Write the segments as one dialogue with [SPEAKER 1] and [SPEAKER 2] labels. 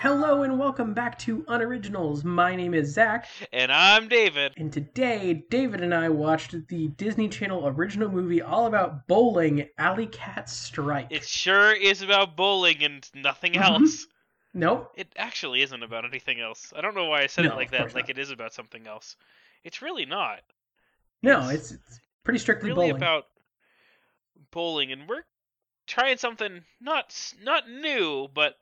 [SPEAKER 1] Hello and welcome back to Unoriginals. My name is Zach,
[SPEAKER 2] And I'm David.
[SPEAKER 1] and today David and I watched the Disney Channel original movie all about bowling, Alley Cat Strike.
[SPEAKER 2] It sure is about bowling and nothing
[SPEAKER 1] Mhm.
[SPEAKER 2] else.
[SPEAKER 1] Nope.
[SPEAKER 2] It actually isn't about anything else. I don't know why I said
[SPEAKER 1] No,
[SPEAKER 2] it like
[SPEAKER 1] of
[SPEAKER 2] that,
[SPEAKER 1] course
[SPEAKER 2] like
[SPEAKER 1] not.
[SPEAKER 2] it is about something else. It's really not.
[SPEAKER 1] No,
[SPEAKER 2] It's
[SPEAKER 1] it's, it's pretty strictly
[SPEAKER 2] really
[SPEAKER 1] bowling.
[SPEAKER 2] about bowling, and we're trying something not s- not new, but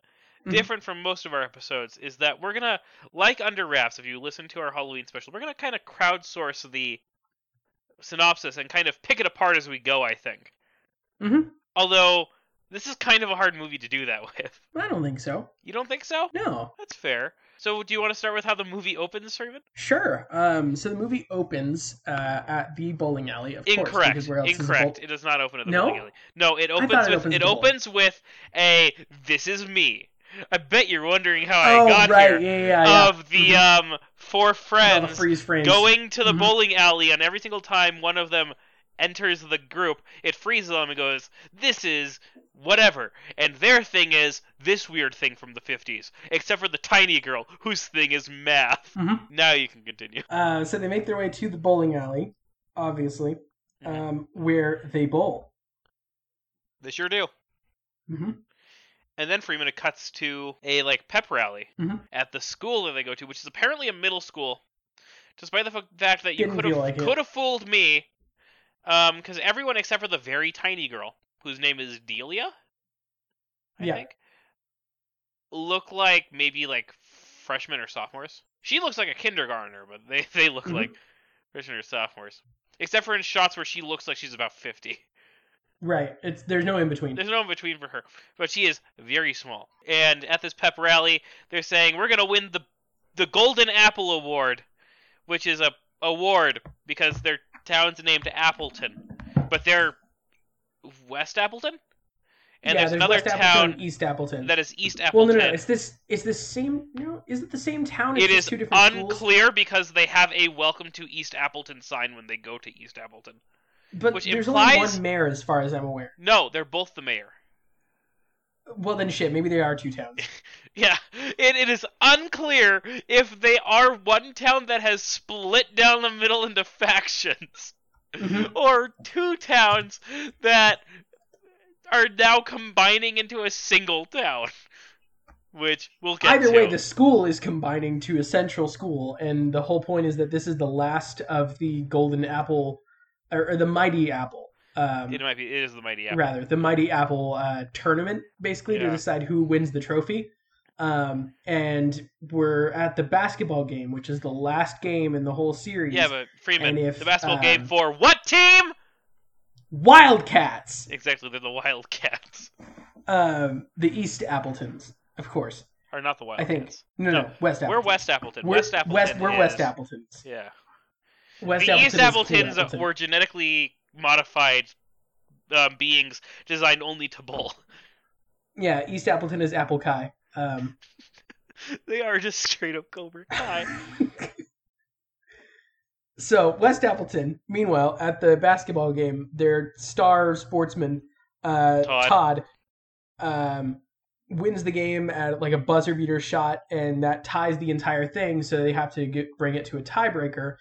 [SPEAKER 1] Mhm.
[SPEAKER 2] different from most of our episodes. Is that we're gonna like under wraps. If you listen to our Halloween special, we're gonna kind of crowdsource the synopsis and kind of pick it apart as we go. I think.
[SPEAKER 1] Mhm.
[SPEAKER 2] Although this is kind of a hard movie to do that with.
[SPEAKER 1] I don't think so.
[SPEAKER 2] You don't think so?
[SPEAKER 1] No.
[SPEAKER 2] That's fair. So, do you want to start with how the movie opens, Raven?
[SPEAKER 1] Sure. Um, so the movie opens uh, at the bowling alley, of course.
[SPEAKER 2] Incorrect.
[SPEAKER 1] because where else is a bowl-
[SPEAKER 2] Incorrect. It does not open at the
[SPEAKER 1] No?
[SPEAKER 2] bowling alley. No, it opens
[SPEAKER 1] thought it
[SPEAKER 2] with
[SPEAKER 1] opens
[SPEAKER 2] it
[SPEAKER 1] at the bowling.
[SPEAKER 2] opens with a "This is me." I bet you're wondering how
[SPEAKER 1] oh,
[SPEAKER 2] I got
[SPEAKER 1] right.
[SPEAKER 2] here.
[SPEAKER 1] Yeah, yeah, yeah.
[SPEAKER 2] Of the um
[SPEAKER 1] All
[SPEAKER 2] four
[SPEAKER 1] the
[SPEAKER 2] friends
[SPEAKER 1] freeze frames.
[SPEAKER 2] going to the
[SPEAKER 1] Mhm.
[SPEAKER 2] bowling alley, and every single time one of them enters the group, it freezes them and goes, "This is whatever," and their thing is this weird thing from the '50s, except for the tiny girl whose thing is math.
[SPEAKER 1] Mhm.
[SPEAKER 2] Now you can continue.
[SPEAKER 1] Uh, so they make their way to the bowling alley, obviously,
[SPEAKER 2] Mhm.
[SPEAKER 1] um, where they bowl.
[SPEAKER 2] They sure do.
[SPEAKER 1] hmm
[SPEAKER 2] And then Freeman it cuts to a like pep rally
[SPEAKER 1] Mhm.
[SPEAKER 2] at the school that they go to, which is apparently a middle school. Despite the f- fact that you
[SPEAKER 1] Didn't
[SPEAKER 2] could have
[SPEAKER 1] feel like it.
[SPEAKER 2] could have fooled me, because everyone except for the very tiny girl, whose name is Delia, I
[SPEAKER 1] Yeah.
[SPEAKER 2] think, look like maybe like freshmen or sophomores. She looks like a kindergartner, but they they look
[SPEAKER 1] Mhm.
[SPEAKER 2] like freshmen or sophomores. Except for in shots where she looks like she's about fifty.
[SPEAKER 1] Right. It's there's no in between.
[SPEAKER 2] There's no in between for her, but she is very small. And at this pep rally, they're saying we're gonna win the the Golden Apple Award, which is a award because their town's named Appleton, but they're West Appleton, and
[SPEAKER 1] yeah,
[SPEAKER 2] there's, another
[SPEAKER 1] West
[SPEAKER 2] town
[SPEAKER 1] Appleton, and East Appleton.
[SPEAKER 2] that is East
[SPEAKER 1] well,
[SPEAKER 2] Appleton.
[SPEAKER 1] no, no, no, it's this. It's the same. No, is it the same town? It's
[SPEAKER 2] it
[SPEAKER 1] just
[SPEAKER 2] is
[SPEAKER 1] two different schools.
[SPEAKER 2] unclear because they have a "Welcome to East Appleton" sign when they go to East Appleton.
[SPEAKER 1] But
[SPEAKER 2] which
[SPEAKER 1] there's only
[SPEAKER 2] implies-
[SPEAKER 1] one mayor, as far as I'm aware.
[SPEAKER 2] No, they're both the mayor.
[SPEAKER 1] Well, then shit. Maybe they are two towns.
[SPEAKER 2] Yeah, it, it is unclear if they are one town that has split down the middle into factions,
[SPEAKER 1] Mhm.
[SPEAKER 2] or two towns that are now combining into a single town, which we'll get
[SPEAKER 1] Either
[SPEAKER 2] to.
[SPEAKER 1] way, the school is combining to a central school, and the whole point is that this is the last of the Golden Apple, or, or the Mighty Apple. Um,
[SPEAKER 2] It might be. It is the mighty apple.
[SPEAKER 1] rather the mighty apple uh, tournament basically to
[SPEAKER 2] Yeah.
[SPEAKER 1] decide who wins the trophy um, and we're at the basketball game which is the last game in the whole series
[SPEAKER 2] Yeah, but Freeman,
[SPEAKER 1] And if,
[SPEAKER 2] the basketball
[SPEAKER 1] um,
[SPEAKER 2] game for what team?
[SPEAKER 1] wildcats
[SPEAKER 2] Exactly, they're the Wildcats.
[SPEAKER 1] um, the east appletons of course
[SPEAKER 2] Or not the
[SPEAKER 1] i
[SPEAKER 2] Wildcats.
[SPEAKER 1] think no no,
[SPEAKER 2] No,
[SPEAKER 1] west appleton
[SPEAKER 2] We're West Appleton.
[SPEAKER 1] we're
[SPEAKER 2] West Appleton.
[SPEAKER 1] west we're west
[SPEAKER 2] is-
[SPEAKER 1] appletons
[SPEAKER 2] Yeah.
[SPEAKER 1] west
[SPEAKER 2] the East
[SPEAKER 1] Appleton
[SPEAKER 2] Appletons
[SPEAKER 1] is cool Appleton.
[SPEAKER 2] were genetically modified um, beings designed only to bowl.
[SPEAKER 1] yeah east appleton is apple kai um,
[SPEAKER 2] they are just straight up Cobra Kai.
[SPEAKER 1] So West Appleton, meanwhile, at the basketball game, their star sportsman uh, Todd,
[SPEAKER 2] Todd.
[SPEAKER 1] um, wins the game at like a buzzer beater shot, and that ties the entire thing. So they have to get, bring it to a tiebreaker,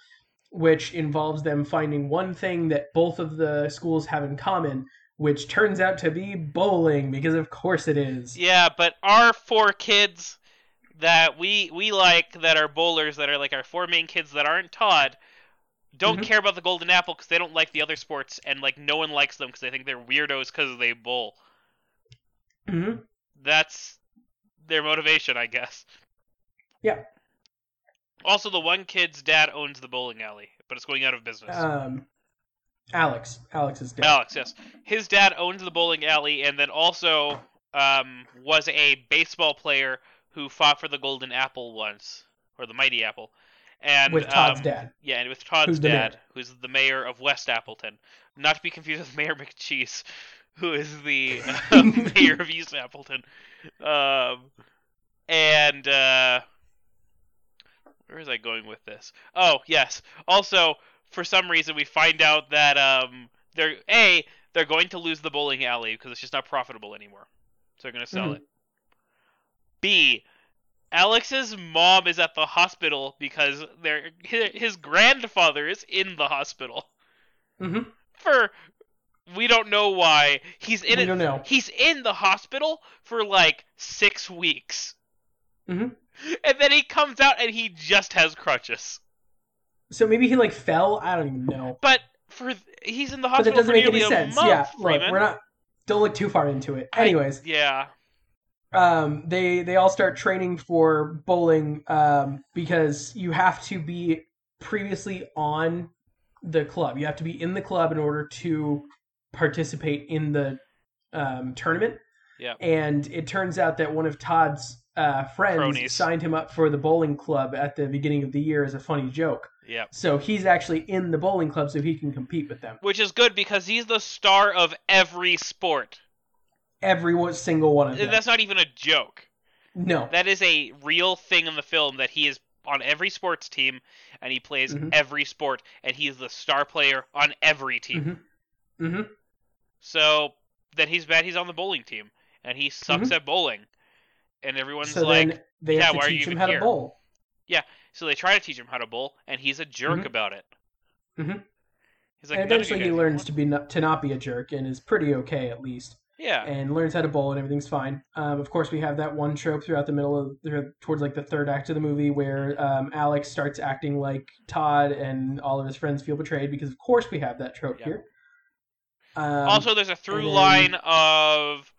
[SPEAKER 1] which involves them finding one thing that both of the schools have in common, which turns out to be bowling, because of course it is.
[SPEAKER 2] yeah, but our four kids that we we like that are bowlers that are like our four main kids that aren't Todd don't
[SPEAKER 1] Mhm.
[SPEAKER 2] care about the golden apple because they don't like the other sports and like no one likes them because they think they're weirdos because they bowl.
[SPEAKER 1] hmm
[SPEAKER 2] that's their motivation, I guess.
[SPEAKER 1] Yeah.
[SPEAKER 2] Also, the one kid's dad owns the bowling alley, but it's going out of business.
[SPEAKER 1] Um, Alex, Alex is dead.
[SPEAKER 2] Alex, yes, his dad owns the bowling alley, and then also um, was a baseball player who fought for the Golden Apple once, or the Mighty Apple, and
[SPEAKER 1] with Todd's
[SPEAKER 2] um,
[SPEAKER 1] dad.
[SPEAKER 2] Yeah, and with Todd's
[SPEAKER 1] Who's the mayor.
[SPEAKER 2] dad, who's the mayor of West Appleton, not to be confused with Mayor McCheese, who is the uh, mayor of East Appleton. Um, and uh, where is I going with this? Oh, yes. Also, for some reason, we find out that um, they're a they're going to lose the bowling
[SPEAKER 1] Mm-hmm.
[SPEAKER 2] alley because it's just not profitable anymore, so they're going to sell
[SPEAKER 1] Mhm.
[SPEAKER 2] it. B, Alex's mom is at the hospital because their hi- his grandfather is in the hospital
[SPEAKER 1] hmm
[SPEAKER 2] for we don't know why he's in
[SPEAKER 1] We
[SPEAKER 2] it.
[SPEAKER 1] don't know.
[SPEAKER 2] He's in the hospital for like six weeks,
[SPEAKER 1] Mhm.
[SPEAKER 2] and then he comes out and he just has crutches.
[SPEAKER 1] So maybe he like fell. I don't even know.
[SPEAKER 2] But for th- he's in the
[SPEAKER 1] But that
[SPEAKER 2] hospital
[SPEAKER 1] doesn't
[SPEAKER 2] for
[SPEAKER 1] make
[SPEAKER 2] nearly
[SPEAKER 1] any
[SPEAKER 2] a
[SPEAKER 1] sense.
[SPEAKER 2] month.
[SPEAKER 1] yeah,
[SPEAKER 2] Freeman.
[SPEAKER 1] look, we're not. Don't look too far into it.
[SPEAKER 2] I-
[SPEAKER 1] Anyways,
[SPEAKER 2] yeah,
[SPEAKER 1] um, they they all start training for bowling um, because you have to be previously on the club. You have to be in the club in order to participate in the um, tournament.
[SPEAKER 2] Yeah.
[SPEAKER 1] And it turns out that one of Todd's uh, friends
[SPEAKER 2] Cronies.
[SPEAKER 1] signed him up for the bowling club at the beginning of the year as a funny joke.
[SPEAKER 2] yeah.
[SPEAKER 1] So he's actually in the bowling club, so he can compete with them.
[SPEAKER 2] Which is good because he's the star of every sport.
[SPEAKER 1] Every one- single one of them.
[SPEAKER 2] That's not even a joke.
[SPEAKER 1] no.
[SPEAKER 2] That is a real thing in the film that he is on every sports team and he plays
[SPEAKER 1] Mhm.
[SPEAKER 2] every sport and he is the star player on every team.
[SPEAKER 1] Mhm. hmm
[SPEAKER 2] So then he's bad he's on the bowling team and he sucks at bowling. And everyone's
[SPEAKER 1] Mm-hmm. So
[SPEAKER 2] like
[SPEAKER 1] then they
[SPEAKER 2] "Yeah,
[SPEAKER 1] have
[SPEAKER 2] why
[SPEAKER 1] to
[SPEAKER 2] are you
[SPEAKER 1] teach him
[SPEAKER 2] even
[SPEAKER 1] how
[SPEAKER 2] here?"
[SPEAKER 1] to bowl.
[SPEAKER 2] so they try to teach him how to bowl and he's a jerk
[SPEAKER 1] Mhm.
[SPEAKER 2] about it.
[SPEAKER 1] Mhm.
[SPEAKER 2] He's like
[SPEAKER 1] and
[SPEAKER 2] "No, you
[SPEAKER 1] eventually he
[SPEAKER 2] guys-
[SPEAKER 1] learns to be not, to not be a jerk and is pretty okay at least,
[SPEAKER 2] Yeah.
[SPEAKER 1] and learns how to bowl and everything's fine. Um, of course, we have that one trope throughout the middle of through- towards like the third act of the movie where um, Alex starts acting like Todd and all of his friends feel betrayed because of course we have that trope
[SPEAKER 2] Yeah.
[SPEAKER 1] here. Um,
[SPEAKER 2] also there's a through
[SPEAKER 1] then-
[SPEAKER 2] line of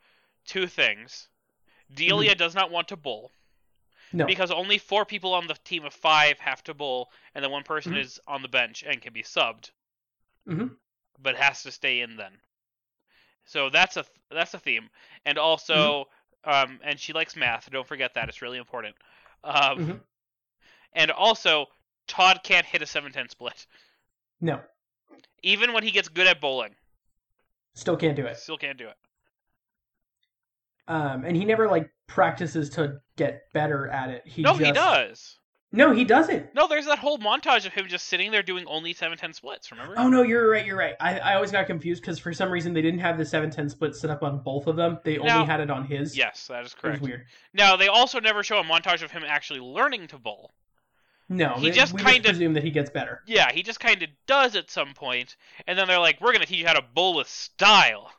[SPEAKER 2] two things. Delia does not want to bowl.
[SPEAKER 1] Mm-hmm. no,
[SPEAKER 2] because only four people on the team of five have to bowl, and then one person
[SPEAKER 1] Mhm.
[SPEAKER 2] is on the bench and can be subbed,
[SPEAKER 1] Mhm.
[SPEAKER 2] but has to stay in then. So that's a that's a theme, and also,
[SPEAKER 1] Mm-hmm.
[SPEAKER 2] um, and she likes math. Don't forget that; it's really important. Um,
[SPEAKER 1] Mhm.
[SPEAKER 2] and also, Todd can't hit a seven ten split,
[SPEAKER 1] no,
[SPEAKER 2] even when he gets good at bowling.
[SPEAKER 1] still can't do it.
[SPEAKER 2] Still can't do it.
[SPEAKER 1] Um, and he never like practices to get better at it. He
[SPEAKER 2] no,
[SPEAKER 1] just,
[SPEAKER 2] he does.
[SPEAKER 1] No, he doesn't.
[SPEAKER 2] No, there's that whole montage of him just sitting there doing only seven ten splits. Remember?
[SPEAKER 1] Oh no, you're right. You're right. I, I always got confused because for some reason they didn't have the seven ten split set up on both of them. They only
[SPEAKER 2] Now-
[SPEAKER 1] had it on his.
[SPEAKER 2] Yes, that is
[SPEAKER 1] it was
[SPEAKER 2] correct.
[SPEAKER 1] weird.
[SPEAKER 2] Now they also never show a montage of him actually learning to bowl.
[SPEAKER 1] No,
[SPEAKER 2] He
[SPEAKER 1] it-
[SPEAKER 2] just
[SPEAKER 1] we
[SPEAKER 2] kinda-
[SPEAKER 1] presume that he gets better.
[SPEAKER 2] Yeah, he just kind of does at some point, and then they're like, "We're gonna teach you how to bowl with style."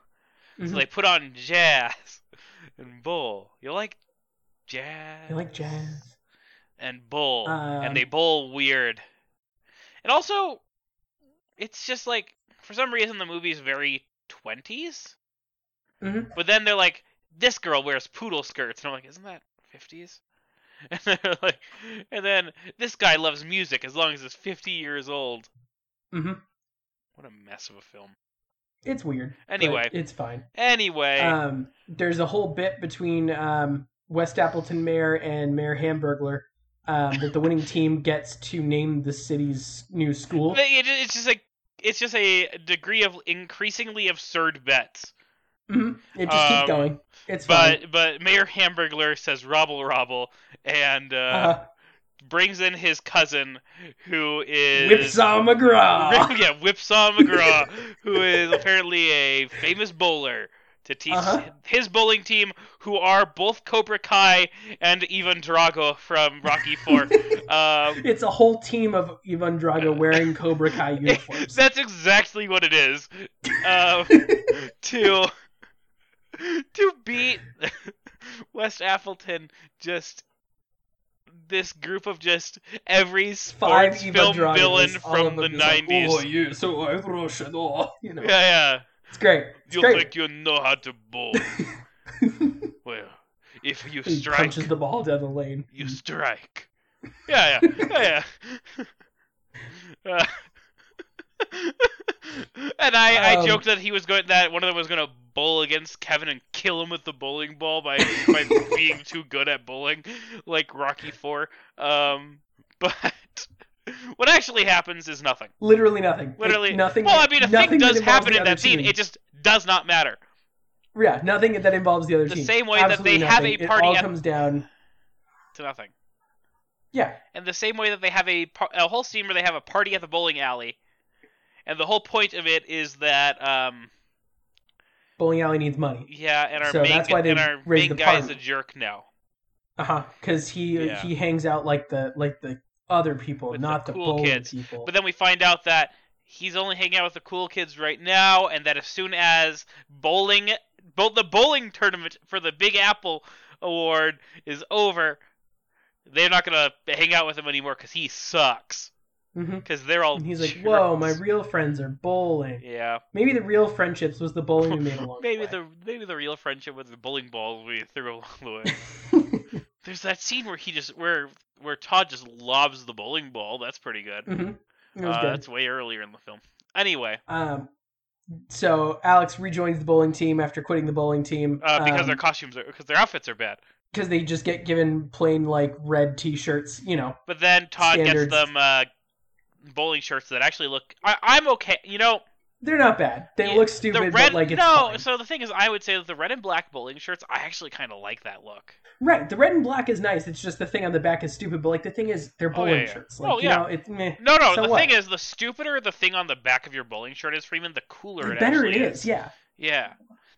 [SPEAKER 1] Mhm.
[SPEAKER 2] So they put on jazz and bowl. You like jazz?
[SPEAKER 1] I like jazz.
[SPEAKER 2] and bowl,
[SPEAKER 1] Um,
[SPEAKER 2] and they bowl weird. And also, it's just like for some reason the movie's very 20s
[SPEAKER 1] Mhm.
[SPEAKER 2] But then they're like, "This girl wears poodle skirts," and I'm like, "Isn't that 50s?" And they're like, and then this guy loves music as long as he's 50 years old.
[SPEAKER 1] hmm
[SPEAKER 2] What a mess of a film.
[SPEAKER 1] It's weird. but
[SPEAKER 2] Anyway.
[SPEAKER 1] it's fine.
[SPEAKER 2] Anyway,
[SPEAKER 1] Um, there's a whole bit between um, West Appleton Mayor and Mayor Hamburglar um, that the winning team gets to name the city's new school.
[SPEAKER 2] they- it- it's just like it's just a degree of increasingly absurd bets.
[SPEAKER 1] Mhm. It just
[SPEAKER 2] Um,
[SPEAKER 1] keeps going. It's fine.
[SPEAKER 2] But but Mayor Hamburglar says "robble robble" and uh,
[SPEAKER 1] Uh,
[SPEAKER 2] brings in his cousin who is
[SPEAKER 1] Whipsaw McGraw.
[SPEAKER 2] yeah Whipsaw McGraw, who is apparently a famous bowler. To teach
[SPEAKER 1] Uh-huh.
[SPEAKER 2] his bowling team, who are both Cobra Kai and Ivan Drago from Rocky Four, um,
[SPEAKER 1] It's a whole team of Ivan Drago wearing Cobra Kai uniforms.
[SPEAKER 2] That's exactly what it is. Um, to to beat West Appleton, just this group of just every
[SPEAKER 1] Five
[SPEAKER 2] sports
[SPEAKER 1] Ivan
[SPEAKER 2] film
[SPEAKER 1] Dragos,
[SPEAKER 2] villain
[SPEAKER 1] all
[SPEAKER 2] from
[SPEAKER 1] of them
[SPEAKER 2] the
[SPEAKER 1] just like,
[SPEAKER 2] nineties.
[SPEAKER 1] oh yeah, so I rush and all. You know,
[SPEAKER 2] yeah, yeah.
[SPEAKER 1] it's great. It's
[SPEAKER 2] You
[SPEAKER 1] great.
[SPEAKER 2] think you know how to bowl? well, if you
[SPEAKER 1] he
[SPEAKER 2] strike,
[SPEAKER 1] punches the ball down the lane.
[SPEAKER 2] you strike. Yeah, yeah, yeah. yeah. Uh, and I, I
[SPEAKER 1] Um,
[SPEAKER 2] joked that he was going that one of them was going to bowl against Kevin and kill him with the bowling ball by by being too good at bowling, like Rocky Four. Um, but what actually happens is nothing.
[SPEAKER 1] Literally nothing.
[SPEAKER 2] Literally
[SPEAKER 1] It- nothing.
[SPEAKER 2] Well, I mean, a
[SPEAKER 1] nothing
[SPEAKER 2] thing
[SPEAKER 1] that
[SPEAKER 2] does
[SPEAKER 1] involves
[SPEAKER 2] happen
[SPEAKER 1] the
[SPEAKER 2] in
[SPEAKER 1] other
[SPEAKER 2] that scene.
[SPEAKER 1] team.
[SPEAKER 2] It just does not matter.
[SPEAKER 1] yeah, nothing that involves the other
[SPEAKER 2] The
[SPEAKER 1] team.
[SPEAKER 2] same way that
[SPEAKER 1] Absolutely
[SPEAKER 2] they have
[SPEAKER 1] nothing.
[SPEAKER 2] a party
[SPEAKER 1] It all
[SPEAKER 2] at-
[SPEAKER 1] comes down.
[SPEAKER 2] To nothing.
[SPEAKER 1] Yeah,
[SPEAKER 2] And the same way that they have a, par- a whole scene where they have a party at the bowling alley, and the whole point of it is that um
[SPEAKER 1] bowling alley needs money.
[SPEAKER 2] yeah, and our
[SPEAKER 1] So
[SPEAKER 2] main
[SPEAKER 1] that's why they
[SPEAKER 2] and our
[SPEAKER 1] raised
[SPEAKER 2] main
[SPEAKER 1] the
[SPEAKER 2] guy is a
[SPEAKER 1] party.
[SPEAKER 2] jerk now.
[SPEAKER 1] Uh huh. Because he
[SPEAKER 2] Yeah.
[SPEAKER 1] he hangs out like the like the other people,
[SPEAKER 2] With the
[SPEAKER 1] not the,
[SPEAKER 2] cool
[SPEAKER 1] bully
[SPEAKER 2] kids.
[SPEAKER 1] people.
[SPEAKER 2] But then we find out that he's only hanging out with the cool kids right now, and that as soon as bowling, both the bowling tournament for the Big Apple Award is over, they're not gonna hang out with him anymore because he sucks.
[SPEAKER 1] Mhm.
[SPEAKER 2] Because they're all.
[SPEAKER 1] And he's like, "Whoa, my
[SPEAKER 2] jerks."
[SPEAKER 1] real friends are bowling."
[SPEAKER 2] Yeah,
[SPEAKER 1] Maybe the real friendships was the bowling we made along
[SPEAKER 2] maybe
[SPEAKER 1] the
[SPEAKER 2] the maybe the real friendship was the bowling balls we threw along the way.
[SPEAKER 1] way.
[SPEAKER 2] There's that scene where he just where where Todd just lobs the bowling ball. That's pretty good.
[SPEAKER 1] Mhm. It was
[SPEAKER 2] Uh,
[SPEAKER 1] good.
[SPEAKER 2] That's way earlier in the film. Anyway,
[SPEAKER 1] Um, so Alex rejoins the bowling team after quitting the bowling team
[SPEAKER 2] uh, because
[SPEAKER 1] um,
[SPEAKER 2] their costumes are because their outfits are bad.
[SPEAKER 1] 'cause they just get given plain like red T-shirts, you know.
[SPEAKER 2] But then Todd
[SPEAKER 1] Standards.
[SPEAKER 2] gets them uh, bowling shirts that actually look. I, I'm okay. You know,
[SPEAKER 1] They're not bad. They
[SPEAKER 2] Yeah,
[SPEAKER 1] look stupid,
[SPEAKER 2] the
[SPEAKER 1] but
[SPEAKER 2] red.
[SPEAKER 1] like it's
[SPEAKER 2] no,
[SPEAKER 1] fine.
[SPEAKER 2] so the thing is, I would say that the red and black bowling shirts, I actually kind of like that look.
[SPEAKER 1] right. The red and black is nice. It's just the thing on the back is stupid. But like the thing is, they're
[SPEAKER 2] Oh,
[SPEAKER 1] bowling
[SPEAKER 2] yeah, yeah.
[SPEAKER 1] shirts. Like
[SPEAKER 2] Oh,
[SPEAKER 1] you
[SPEAKER 2] yeah.
[SPEAKER 1] know, it's meh.
[SPEAKER 2] No, no.
[SPEAKER 1] So
[SPEAKER 2] the
[SPEAKER 1] what?
[SPEAKER 2] thing is, the stupider the thing on the back of your bowling shirt is, Freeman, the cooler
[SPEAKER 1] the
[SPEAKER 2] it
[SPEAKER 1] better
[SPEAKER 2] actually
[SPEAKER 1] it is. Yeah.
[SPEAKER 2] Yeah.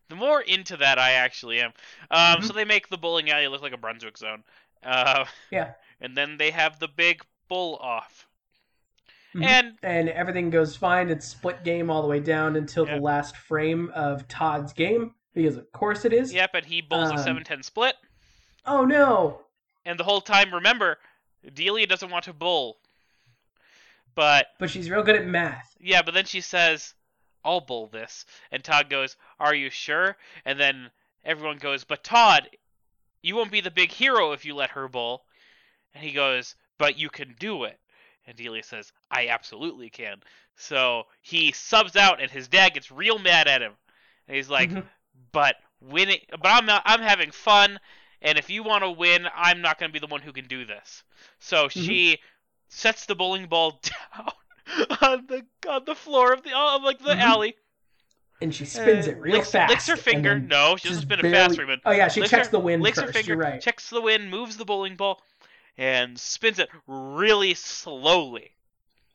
[SPEAKER 2] The more into that I actually am. Um,
[SPEAKER 1] Mm-hmm.
[SPEAKER 2] So they make the bowling alley look like a Brunswick zone. Uh,
[SPEAKER 1] Yeah.
[SPEAKER 2] And then they have the big bull off.
[SPEAKER 1] Mhm.
[SPEAKER 2] And
[SPEAKER 1] And everything goes fine. It's split game all the way down until
[SPEAKER 2] Yeah.
[SPEAKER 1] the last frame of Todd's game because of course it is.
[SPEAKER 2] yep, and he bowls
[SPEAKER 1] Um,
[SPEAKER 2] a seven ten split.
[SPEAKER 1] Oh no.
[SPEAKER 2] And the whole time, remember, Delia doesn't want to bowl. But
[SPEAKER 1] But she's real good at math.
[SPEAKER 2] yeah, but then she says, "I'll bowl this," and Todd goes, "Are you sure?" And then everyone goes, "But Todd, you won't be the big hero if you let her bowl." And he goes, "But you can do it." And Delia says, "I absolutely can." So he subs out, and his dad gets real mad at him, and he's like,
[SPEAKER 1] Mhm.
[SPEAKER 2] but winning but I'm not, I'm having fun and if you want to win I'm not going to be the one who can do this. So she sets the bowling ball down on the on the floor of the of like the
[SPEAKER 1] Mhm.
[SPEAKER 2] alley.
[SPEAKER 1] and she spins
[SPEAKER 2] uh,
[SPEAKER 1] it real
[SPEAKER 2] licks,
[SPEAKER 1] fast.
[SPEAKER 2] Licks her
[SPEAKER 1] and
[SPEAKER 2] finger.
[SPEAKER 1] then
[SPEAKER 2] No, she
[SPEAKER 1] just
[SPEAKER 2] doesn't spin it
[SPEAKER 1] barely-
[SPEAKER 2] fast, Freeman.
[SPEAKER 1] Oh yeah, she
[SPEAKER 2] Licks
[SPEAKER 1] checks
[SPEAKER 2] her-
[SPEAKER 1] the wind
[SPEAKER 2] Licks
[SPEAKER 1] first.
[SPEAKER 2] her finger,
[SPEAKER 1] You're right.
[SPEAKER 2] checks the wind, moves the bowling ball and spins it really slowly.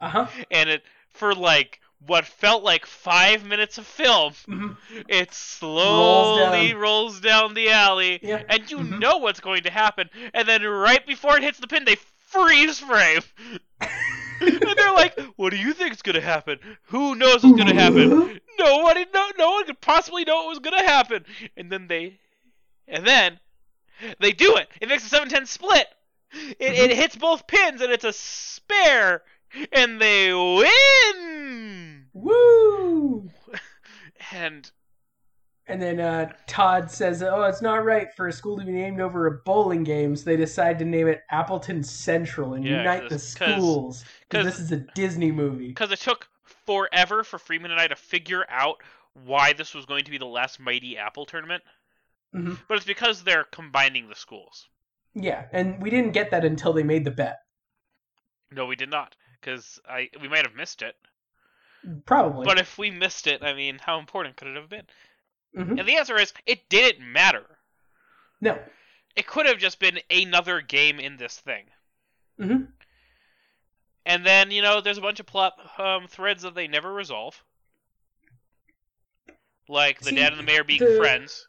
[SPEAKER 1] Uh huh.
[SPEAKER 2] And it for like what felt like 5 minutes of film,
[SPEAKER 1] Mm-hmm.
[SPEAKER 2] it slowly rolls down, the alley
[SPEAKER 1] Yeah.
[SPEAKER 2] and you
[SPEAKER 1] Mhm.
[SPEAKER 2] know what's going to happen. And then right before it hits the pin, they freeze frame. and they're like, "What do you think's gonna happen? Who knows what's gonna happen? Nobody, no, no one could possibly know what was gonna happen." And then they, and then they do it. It makes a 7-10 split. It, it hits both pins, and it's a spare, and they win.
[SPEAKER 1] Woo!
[SPEAKER 2] And
[SPEAKER 1] And then uh, Todd says, "Oh, it's not right for a school to be named over a bowling game." So they decide to name it Appleton Central and
[SPEAKER 2] Yeah,
[SPEAKER 1] unite the
[SPEAKER 2] 'cause- 'cause-
[SPEAKER 1] schools.
[SPEAKER 2] 'cause-
[SPEAKER 1] Because this is a Disney movie.
[SPEAKER 2] because it took forever for Freeman and I to figure out why this was going to be the last Mighty Apple tournament,
[SPEAKER 1] Mhm.
[SPEAKER 2] but it's because they're combining the schools.
[SPEAKER 1] Yeah, and we didn't get that until they made the bet.
[SPEAKER 2] No, we did not, because I we might have missed it.
[SPEAKER 1] Probably.
[SPEAKER 2] But if we missed it, I mean, how important could it have been?
[SPEAKER 1] Mhm.
[SPEAKER 2] And the answer is, it didn't matter.
[SPEAKER 1] No.
[SPEAKER 2] It could have just been another game in this thing.
[SPEAKER 1] hmm
[SPEAKER 2] And then you know, there's a bunch of plot um, threads that they never resolve, like the
[SPEAKER 1] See,
[SPEAKER 2] dad and the mayor being
[SPEAKER 1] the-
[SPEAKER 2] friends,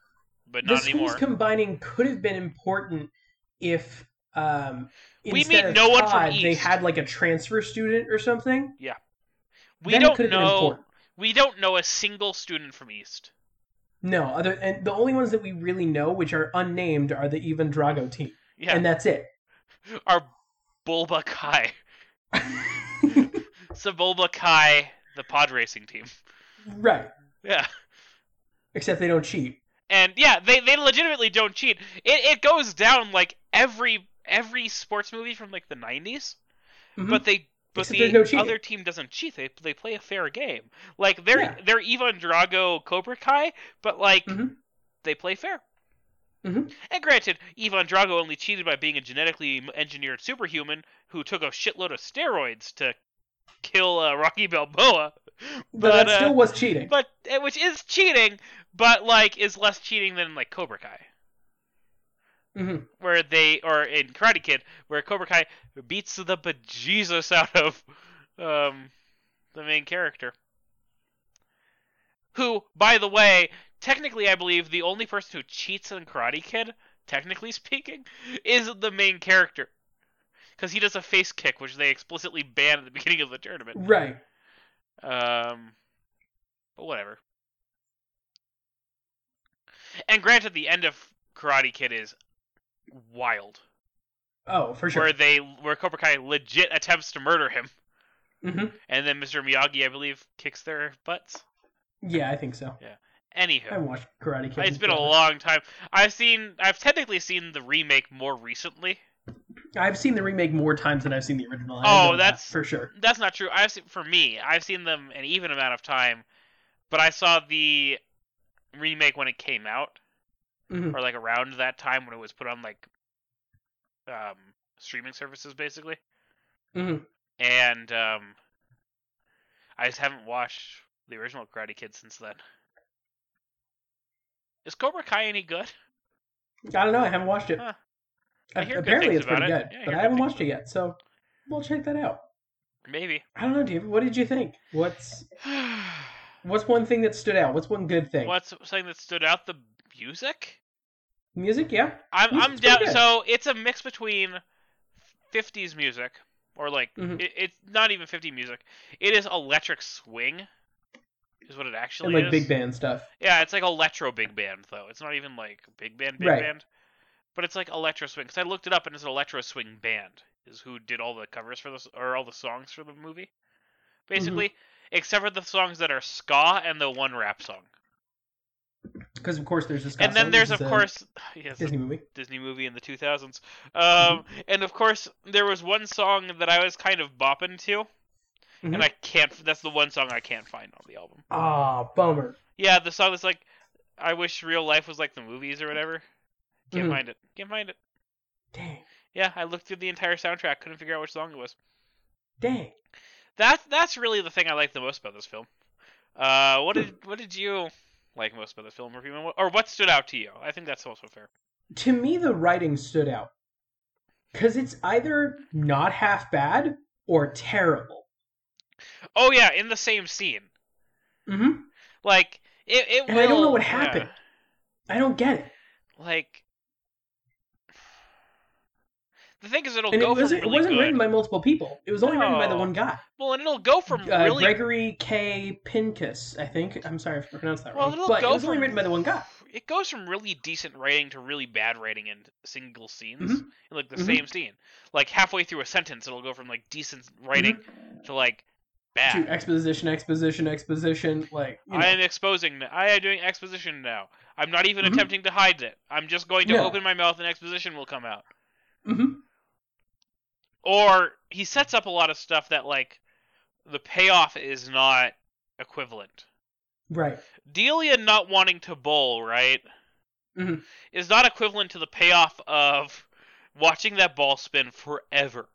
[SPEAKER 2] but
[SPEAKER 1] The
[SPEAKER 2] not
[SPEAKER 1] schools
[SPEAKER 2] anymore.
[SPEAKER 1] combining could have been important if um,
[SPEAKER 2] We
[SPEAKER 1] instead
[SPEAKER 2] meet
[SPEAKER 1] of
[SPEAKER 2] no one from
[SPEAKER 1] Todd, they
[SPEAKER 2] East.
[SPEAKER 1] had like a transfer student or something.
[SPEAKER 2] we
[SPEAKER 1] then it
[SPEAKER 2] don't
[SPEAKER 1] could have been
[SPEAKER 2] know.
[SPEAKER 1] important.
[SPEAKER 2] We don't know a single student from East.
[SPEAKER 1] No, other and the only ones that we really know, which are unnamed, are the Even Drago team,
[SPEAKER 2] Yeah,
[SPEAKER 1] and that's it.
[SPEAKER 2] our Bulba Kai. It's the Bulba Kai, the pod racing team.
[SPEAKER 1] right,
[SPEAKER 2] Yeah,
[SPEAKER 1] except they don't cheat.
[SPEAKER 2] and yeah, they they legitimately don't cheat. It it goes down like every every sports movie from like the '90s,
[SPEAKER 1] Mhm.
[SPEAKER 2] but they. But
[SPEAKER 1] Except
[SPEAKER 2] the
[SPEAKER 1] there's no cheating.
[SPEAKER 2] other team doesn't cheat. They they play a fair game. Like they're
[SPEAKER 1] Yeah.
[SPEAKER 2] they're Ivan Drago Cobra Kai, but like
[SPEAKER 1] Mhm.
[SPEAKER 2] they play fair.
[SPEAKER 1] Mhm.
[SPEAKER 2] And granted, Ivan Drago only cheated by being a genetically engineered superhuman who took a shitload of steroids to kill uh, Rocky Balboa.
[SPEAKER 1] but,
[SPEAKER 2] but,
[SPEAKER 1] that
[SPEAKER 2] uh,
[SPEAKER 1] still was cheating.
[SPEAKER 2] But eh, which is cheating, but like is less cheating than like Cobra Kai,
[SPEAKER 1] Mhm.
[SPEAKER 2] where they or in Karate Kid, where Cobra Kai beats the bejesus out of um, the main character. Who, by the way, technically I believe the only person who cheats in Karate Kid technically speaking, is the main character. Because he does a face kick, which they explicitly banned at the beginning of the tournament.
[SPEAKER 1] Right.
[SPEAKER 2] Um, but whatever. And granted, the end of Karate Kid is wild,
[SPEAKER 1] Oh, for sure.
[SPEAKER 2] where they where Cobra Kai legit attempts to murder him,
[SPEAKER 1] hmm
[SPEAKER 2] and then Mr. Miyagi, I believe, kicks their butts.
[SPEAKER 1] Yeah, I think so. I
[SPEAKER 2] Anywho,
[SPEAKER 1] haven't watched Karate Kid.
[SPEAKER 2] it's
[SPEAKER 1] in
[SPEAKER 2] been a
[SPEAKER 1] forever.
[SPEAKER 2] long time. I've seen, I've technically seen the remake more recently.
[SPEAKER 1] I've seen the remake more times than I've seen the original. I
[SPEAKER 2] Oh,
[SPEAKER 1] know that
[SPEAKER 2] that's-
[SPEAKER 1] for sure.
[SPEAKER 2] That's not true. I've seen, for me, I've seen them an even amount of time, but I saw the remake when it came out,
[SPEAKER 1] Mhm.
[SPEAKER 2] or like around that time when it was put on like um, streaming services, basically.
[SPEAKER 1] Mhm.
[SPEAKER 2] And um, I just haven't watched the original Karate Kid since then. Is Cobra Kai any good?
[SPEAKER 1] I don't know. I haven't watched it.
[SPEAKER 2] Huh.
[SPEAKER 1] A-
[SPEAKER 2] I hear good
[SPEAKER 1] Apparently,
[SPEAKER 2] things
[SPEAKER 1] it's pretty good,
[SPEAKER 2] about it. Yeah, I
[SPEAKER 1] but
[SPEAKER 2] hear
[SPEAKER 1] I haven't
[SPEAKER 2] good
[SPEAKER 1] watched it yet. So we'll check that out.
[SPEAKER 2] Maybe.
[SPEAKER 1] I don't know, David. What did you think? What's what's one thing that stood out? What's one good thing?
[SPEAKER 2] What's something that stood out? The music.
[SPEAKER 1] Music? Yeah.
[SPEAKER 2] I'm
[SPEAKER 1] Music's
[SPEAKER 2] I'm
[SPEAKER 1] pretty
[SPEAKER 2] down.
[SPEAKER 1] good.
[SPEAKER 2] So it's a mix between 50s music or like
[SPEAKER 1] Mhm.
[SPEAKER 2] it, it's not even 50 music. It is electric swing, is what
[SPEAKER 1] And
[SPEAKER 2] it actually
[SPEAKER 1] like
[SPEAKER 2] is.
[SPEAKER 1] big band stuff.
[SPEAKER 2] Yeah, it's like electro big band though. It's not even like big band big
[SPEAKER 1] Right.
[SPEAKER 2] band, but it's like electro swing. Because I looked it up and it's an electro swing band is who did all the covers for this or all the songs for the movie, basically, except for the songs that are ska and the one rap song.
[SPEAKER 1] Because of course there's this.
[SPEAKER 2] and then there's of course yes,
[SPEAKER 1] Disney movie.
[SPEAKER 2] Disney movie in the 2000s. Um, And of course, there was one song that I was kind of bopping to,
[SPEAKER 1] Mhm.
[SPEAKER 2] and I can't. That's the one song I can't find on the album.
[SPEAKER 1] Ah, bummer.
[SPEAKER 2] Yeah, the song is like, "I wish real life was like the movies" or whatever. Can't
[SPEAKER 1] Mhm.
[SPEAKER 2] find it. Can't find it.
[SPEAKER 1] Dang,
[SPEAKER 2] Yeah, I looked through the entire soundtrack, couldn't figure out which song it was.
[SPEAKER 1] dang.
[SPEAKER 2] That that's really the thing I like the most about this film. Uh, what did what did you like most about this film, or, if you want- or what stood out to you? I think that's also fair.
[SPEAKER 1] To me, the writing stood out because it's either not half bad or terrible.
[SPEAKER 2] Oh yeah, in the same scene,
[SPEAKER 1] hmm
[SPEAKER 2] like it. it
[SPEAKER 1] And I don't
[SPEAKER 2] will-
[SPEAKER 1] know what
[SPEAKER 2] yeah.
[SPEAKER 1] happened. I don't get it.
[SPEAKER 2] like the thing is it'll
[SPEAKER 1] and
[SPEAKER 2] go
[SPEAKER 1] it
[SPEAKER 2] from
[SPEAKER 1] wasn't,
[SPEAKER 2] really
[SPEAKER 1] it wasn't
[SPEAKER 2] good.
[SPEAKER 1] written by multiple people. It was only written by the
[SPEAKER 2] No.
[SPEAKER 1] one guy,
[SPEAKER 2] well, and it'll go from
[SPEAKER 1] uh,
[SPEAKER 2] really
[SPEAKER 1] Gregory K. Pincus. I think. I'm sorry if I pronounced that
[SPEAKER 2] well,
[SPEAKER 1] wrong.
[SPEAKER 2] it'll
[SPEAKER 1] But
[SPEAKER 2] go
[SPEAKER 1] it was only
[SPEAKER 2] from
[SPEAKER 1] written by the one guy.
[SPEAKER 2] It goes from really decent writing to really bad writing in single scenes,
[SPEAKER 1] Mhm.
[SPEAKER 2] in, like the
[SPEAKER 1] Mhm.
[SPEAKER 2] same scene. Like halfway through a sentence, it'll go from like decent writing to like bad.
[SPEAKER 1] Mm-hmm. To exposition, exposition, exposition. Like you know.
[SPEAKER 2] I am exposing. I am doing exposition now. I'm not even
[SPEAKER 1] Mhm.
[SPEAKER 2] attempting to hide it. I'm just going to
[SPEAKER 1] No.
[SPEAKER 2] open my mouth and exposition will come out.
[SPEAKER 1] Mhm.
[SPEAKER 2] or he sets up a lot of stuff that like the payoff is not equivalent.
[SPEAKER 1] right.
[SPEAKER 2] Delia not wanting to bowl, right,
[SPEAKER 1] Mhm.
[SPEAKER 2] is not equivalent to the payoff of watching that ball spin forever.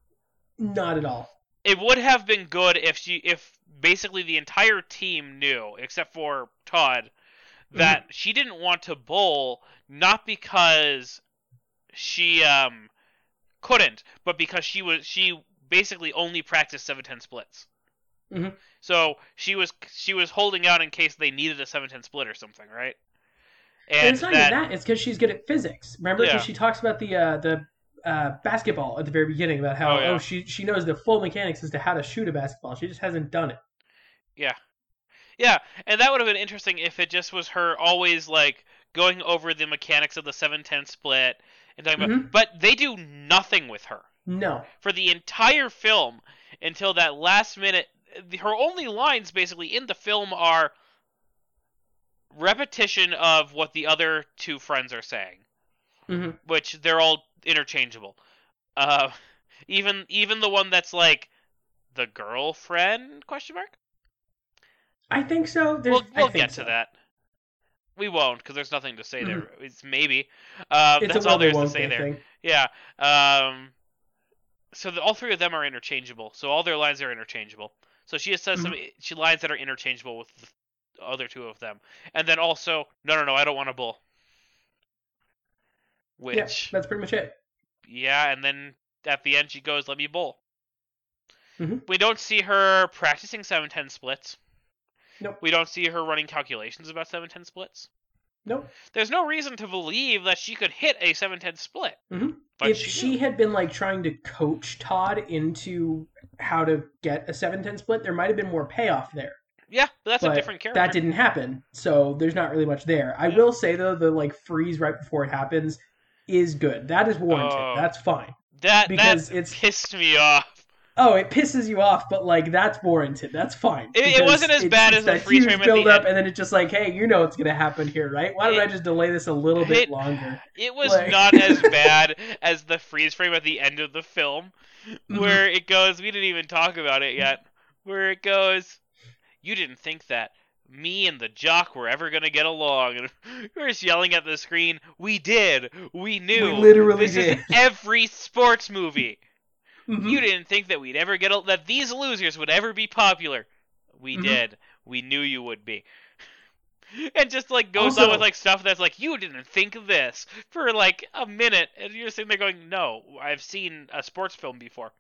[SPEAKER 1] Not at all.
[SPEAKER 2] It would have been good if she if basically the entire team knew except for Todd
[SPEAKER 1] Mhm.
[SPEAKER 2] that she didn't want to bowl not because she um couldn't, but because she was she basically only practiced seven ten splits.
[SPEAKER 1] Mhm.
[SPEAKER 2] So she was she was holding out in case they needed a seven ten split or something, right?
[SPEAKER 1] And,
[SPEAKER 2] And
[SPEAKER 1] it's not
[SPEAKER 2] that,
[SPEAKER 1] even that. It's because she's good at physics. Remember, 'Cause
[SPEAKER 2] Yeah.
[SPEAKER 1] she talks about the uh, the uh, basketball at the very beginning about how
[SPEAKER 2] Oh,
[SPEAKER 1] oh,
[SPEAKER 2] yeah.
[SPEAKER 1] she she knows the full mechanics as to how to shoot a basketball. She just hasn't done it.
[SPEAKER 2] yeah, and that would have been interesting if it just was her always like going over the mechanics of the seven ten split and talking about.
[SPEAKER 1] Mhm.
[SPEAKER 2] But they do nothing with her.
[SPEAKER 1] No.
[SPEAKER 2] for the entire film until that last minute. Her only lines basically in the film are repetition of what the other two friends are saying,
[SPEAKER 1] Mhm.
[SPEAKER 2] which they're all interchangeable. Uh, even even the one that's like the girlfriend question mark.
[SPEAKER 1] I think so. There's,
[SPEAKER 2] we'll we'll
[SPEAKER 1] I think
[SPEAKER 2] get
[SPEAKER 1] so.
[SPEAKER 2] to that. We won't because there's nothing to say there. It's maybe. Um,
[SPEAKER 1] Mm-hmm. It's
[SPEAKER 2] that's
[SPEAKER 1] a
[SPEAKER 2] all
[SPEAKER 1] will they
[SPEAKER 2] there is to
[SPEAKER 1] won't
[SPEAKER 2] say
[SPEAKER 1] they
[SPEAKER 2] there.
[SPEAKER 1] thing.
[SPEAKER 2] Yeah. Um. So the, all three of them are interchangeable. So all their lines are interchangeable. So she just says some
[SPEAKER 1] Mm-hmm.
[SPEAKER 2] she lines that are interchangeable with the other two of them, and then also no, no, no, I don't want a bull. Which
[SPEAKER 1] Yeah, that's pretty much it.
[SPEAKER 2] yeah, and then at the end she goes, "Let me bowl."
[SPEAKER 1] Mhm.
[SPEAKER 2] We don't see her practicing seven ten splits.
[SPEAKER 1] Nope.
[SPEAKER 2] We don't see her running calculations about seven ten splits.
[SPEAKER 1] Nope.
[SPEAKER 2] There's no reason to believe that she could hit a 7-10 split.
[SPEAKER 1] Mhm.
[SPEAKER 2] But
[SPEAKER 1] if
[SPEAKER 2] she,
[SPEAKER 1] she,
[SPEAKER 2] did.
[SPEAKER 1] had been like trying to coach Todd into how to get a 7-10 split, there might have been more payoff there.
[SPEAKER 2] yeah, but that's a
[SPEAKER 1] but
[SPEAKER 2] different character.
[SPEAKER 1] That didn't happen. So there's not really much there. I
[SPEAKER 2] Yeah.
[SPEAKER 1] will say though the like freeze right before it happens is good. That is warranted.
[SPEAKER 2] Oh.
[SPEAKER 1] That's fine.
[SPEAKER 2] that
[SPEAKER 1] Because
[SPEAKER 2] that
[SPEAKER 1] it's
[SPEAKER 2] pissed me off.
[SPEAKER 1] oh, it pisses you off, but like that's warranted. That's fine.
[SPEAKER 2] It- it
[SPEAKER 1] Because
[SPEAKER 2] wasn't as bad as the
[SPEAKER 1] that
[SPEAKER 2] freeze
[SPEAKER 1] huge
[SPEAKER 2] frame at the
[SPEAKER 1] build up,
[SPEAKER 2] end.
[SPEAKER 1] and then it's just like, hey, you know what's gonna happen here, right? Why don't
[SPEAKER 2] It-
[SPEAKER 1] I just delay this a little bit
[SPEAKER 2] it-
[SPEAKER 1] longer?
[SPEAKER 2] It was
[SPEAKER 1] Like-
[SPEAKER 2] not as bad as the freeze frame at the end of the film,
[SPEAKER 1] Mm-hmm.
[SPEAKER 2] where it goes. We didn't even talk about it yet. Where it goes, you didn't think that me and the jock were ever gonna get along, and we're just yelling at the screen. We did. We knew.
[SPEAKER 1] We literally
[SPEAKER 2] this
[SPEAKER 1] did.
[SPEAKER 2] is every sports movie.
[SPEAKER 1] Mhm.
[SPEAKER 2] You didn't think that we'd ever get a- that these losers would ever be popular. We
[SPEAKER 1] Mhm.
[SPEAKER 2] did. We knew you would be. And just like goes on
[SPEAKER 1] Also-
[SPEAKER 2] with like stuff that's like you didn't think of this for like a minute, and you're sitting there going, "No, I've seen a sports film before.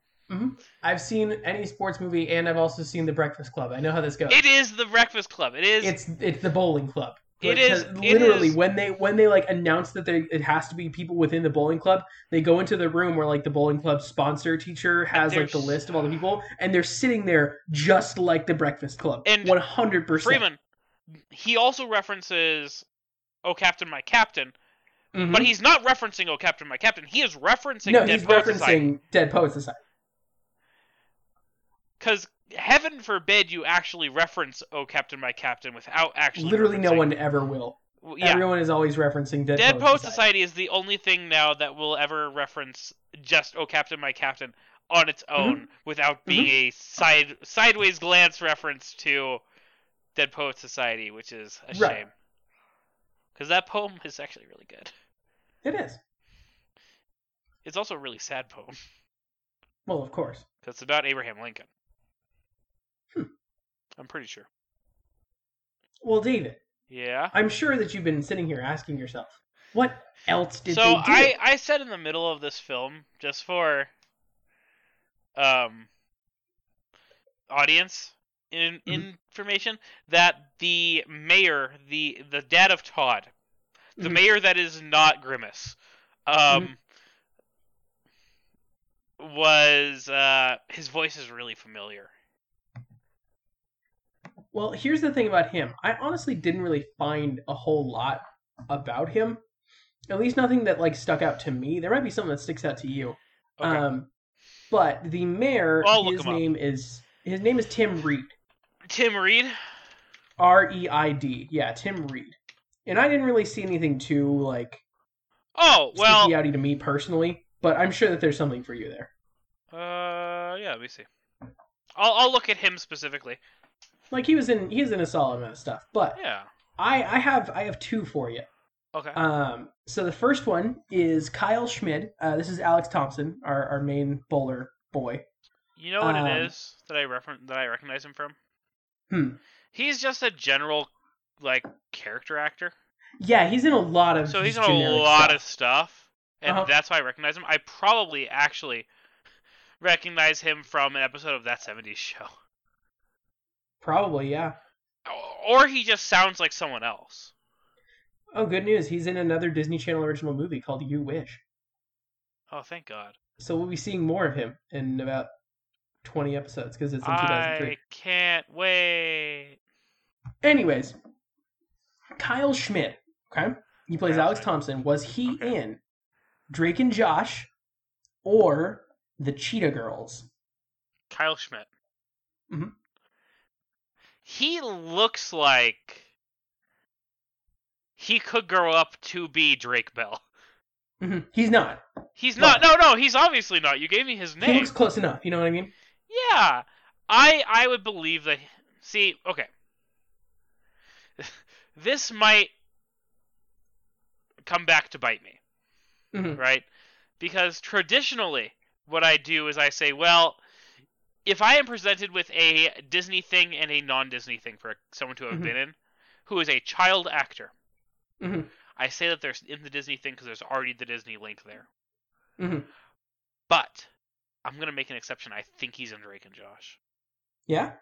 [SPEAKER 1] I've seen any sports movie, and I've also seen The Breakfast Club. I know how this goes.
[SPEAKER 2] It is the Breakfast Club. It is
[SPEAKER 1] it's it's the bowling club.
[SPEAKER 2] It
[SPEAKER 1] Because
[SPEAKER 2] is- it
[SPEAKER 1] literally
[SPEAKER 2] is-
[SPEAKER 1] when they when they like announce that they it has to be people within the bowling club. They go into the room where like the bowling club sponsor teacher has like the
[SPEAKER 2] there's-
[SPEAKER 1] list of all the people, and they're sitting there just like the Breakfast Club,
[SPEAKER 2] And
[SPEAKER 1] one hundred percent.
[SPEAKER 2] Freeman. He also references, "Oh Captain, My Captain," but he's not referencing "Oh Captain, My Captain." He is
[SPEAKER 1] Mm-hmm.
[SPEAKER 2] referencing
[SPEAKER 1] no,
[SPEAKER 2] Dead
[SPEAKER 1] he's
[SPEAKER 2] Poets
[SPEAKER 1] referencing
[SPEAKER 2] Society
[SPEAKER 1] Dead Poets Society.
[SPEAKER 2] because heaven forbid you actually reference "Oh Captain, My Captain" without actually
[SPEAKER 1] Literally, no
[SPEAKER 2] referencing-
[SPEAKER 1] one ever will.
[SPEAKER 2] Well, Yeah,
[SPEAKER 1] Everyone is always referencing Dead,
[SPEAKER 2] Dead Poets
[SPEAKER 1] Poets
[SPEAKER 2] Society. is the only thing now that will ever reference just "Oh Captain, My Captain" on its
[SPEAKER 1] Mm-hmm.
[SPEAKER 2] own without being a side sideways glance reference to Dead Poets Society, which is a
[SPEAKER 1] Right.
[SPEAKER 2] shame because that poem is actually really good.
[SPEAKER 1] It is
[SPEAKER 2] It's also a really sad poem
[SPEAKER 1] well, of course.
[SPEAKER 2] because it's about Abraham Lincoln.
[SPEAKER 1] Hmm.
[SPEAKER 2] I'm pretty sure.
[SPEAKER 1] Well, David,
[SPEAKER 2] Yeah.
[SPEAKER 1] I'm sure that you've been sitting here asking yourself, what else did
[SPEAKER 2] so
[SPEAKER 1] they do?
[SPEAKER 2] I, I said in the middle of this film just for um audience in,
[SPEAKER 1] Mhm.
[SPEAKER 2] information that the mayor the the dad of Todd the
[SPEAKER 1] Mhm.
[SPEAKER 2] mayor that is not grimace um
[SPEAKER 1] Mm-hmm.
[SPEAKER 2] was uh his voice is really familiar
[SPEAKER 1] Well, here's the thing about him. I honestly didn't really find a whole lot about him. At least nothing that like stuck out to me. There might be something that sticks out to you.
[SPEAKER 2] okay
[SPEAKER 1] Um, but the mayor,
[SPEAKER 2] I'll look
[SPEAKER 1] his
[SPEAKER 2] him up.
[SPEAKER 1] name is his name is Tim Reed.
[SPEAKER 2] Tim Reed
[SPEAKER 1] R E I D. Yeah, Tim Reed. And I didn't really see anything too like
[SPEAKER 2] oh well
[SPEAKER 1] sticky outy to me personally, but I'm sure that there's something for you there.
[SPEAKER 2] uh yeah let me see I'll I'll look at him specifically
[SPEAKER 1] Like he was in he was in a solid amount of stuff, but
[SPEAKER 2] yeah
[SPEAKER 1] I I have I have two for you.
[SPEAKER 2] okay
[SPEAKER 1] Um, so the first one is Kyle Schmid. Uh, this is Alex Thompson, our, our main bowler boy.
[SPEAKER 2] You know what
[SPEAKER 1] Um,
[SPEAKER 2] it is that I refer- that I recognize him from?
[SPEAKER 1] Hmm.
[SPEAKER 2] He's just a general like character actor.
[SPEAKER 1] Yeah, he's in a lot of
[SPEAKER 2] So he's in
[SPEAKER 1] Uh, just
[SPEAKER 2] a
[SPEAKER 1] generic
[SPEAKER 2] lot
[SPEAKER 1] stuff.
[SPEAKER 2] of stuff. And
[SPEAKER 1] Uh-huh.
[SPEAKER 2] that's why I recognize him. I probably actually recognize him from an episode of that 70s show.
[SPEAKER 1] probably yeah.
[SPEAKER 2] Or he just sounds like someone else.
[SPEAKER 1] Oh, good news! He's in another Disney Channel original movie called You Wish.
[SPEAKER 2] Oh, thank God.
[SPEAKER 1] So we'll be seeing more of him in about twenty episodes because it's in two thousand
[SPEAKER 2] I
[SPEAKER 1] three.
[SPEAKER 2] can't wait.
[SPEAKER 1] Anyways, Kyle Schmid. Okay, he plays
[SPEAKER 2] Kyle
[SPEAKER 1] Alex
[SPEAKER 2] Schmid.
[SPEAKER 1] Thompson. Was he
[SPEAKER 2] Okay.
[SPEAKER 1] in Drake and Josh or the Cheetah Girls?
[SPEAKER 2] Kyle Schmidt.
[SPEAKER 1] Mhm.
[SPEAKER 2] He looks like he could grow up to be Drake Bell.
[SPEAKER 1] Mhm. He's not.
[SPEAKER 2] He's not. No, no, he's obviously not. You gave me his
[SPEAKER 1] He
[SPEAKER 2] name.
[SPEAKER 1] looks close enough. You know what I mean?
[SPEAKER 2] Yeah, I I would believe that. See, okay, this might come back to bite me.
[SPEAKER 1] Mhm.
[SPEAKER 2] right? Because traditionally, what I do is I say, well, if I am presented with a Disney thing and a non Disney thing for someone to have
[SPEAKER 1] Mhm.
[SPEAKER 2] been in, who is a child actor,
[SPEAKER 1] Mhm.
[SPEAKER 2] I say that they're in the Disney thing because there's already the Disney link there.
[SPEAKER 1] Mhm.
[SPEAKER 2] But I'm going to make an exception. I think he's in Drake and Josh.
[SPEAKER 1] Yeah.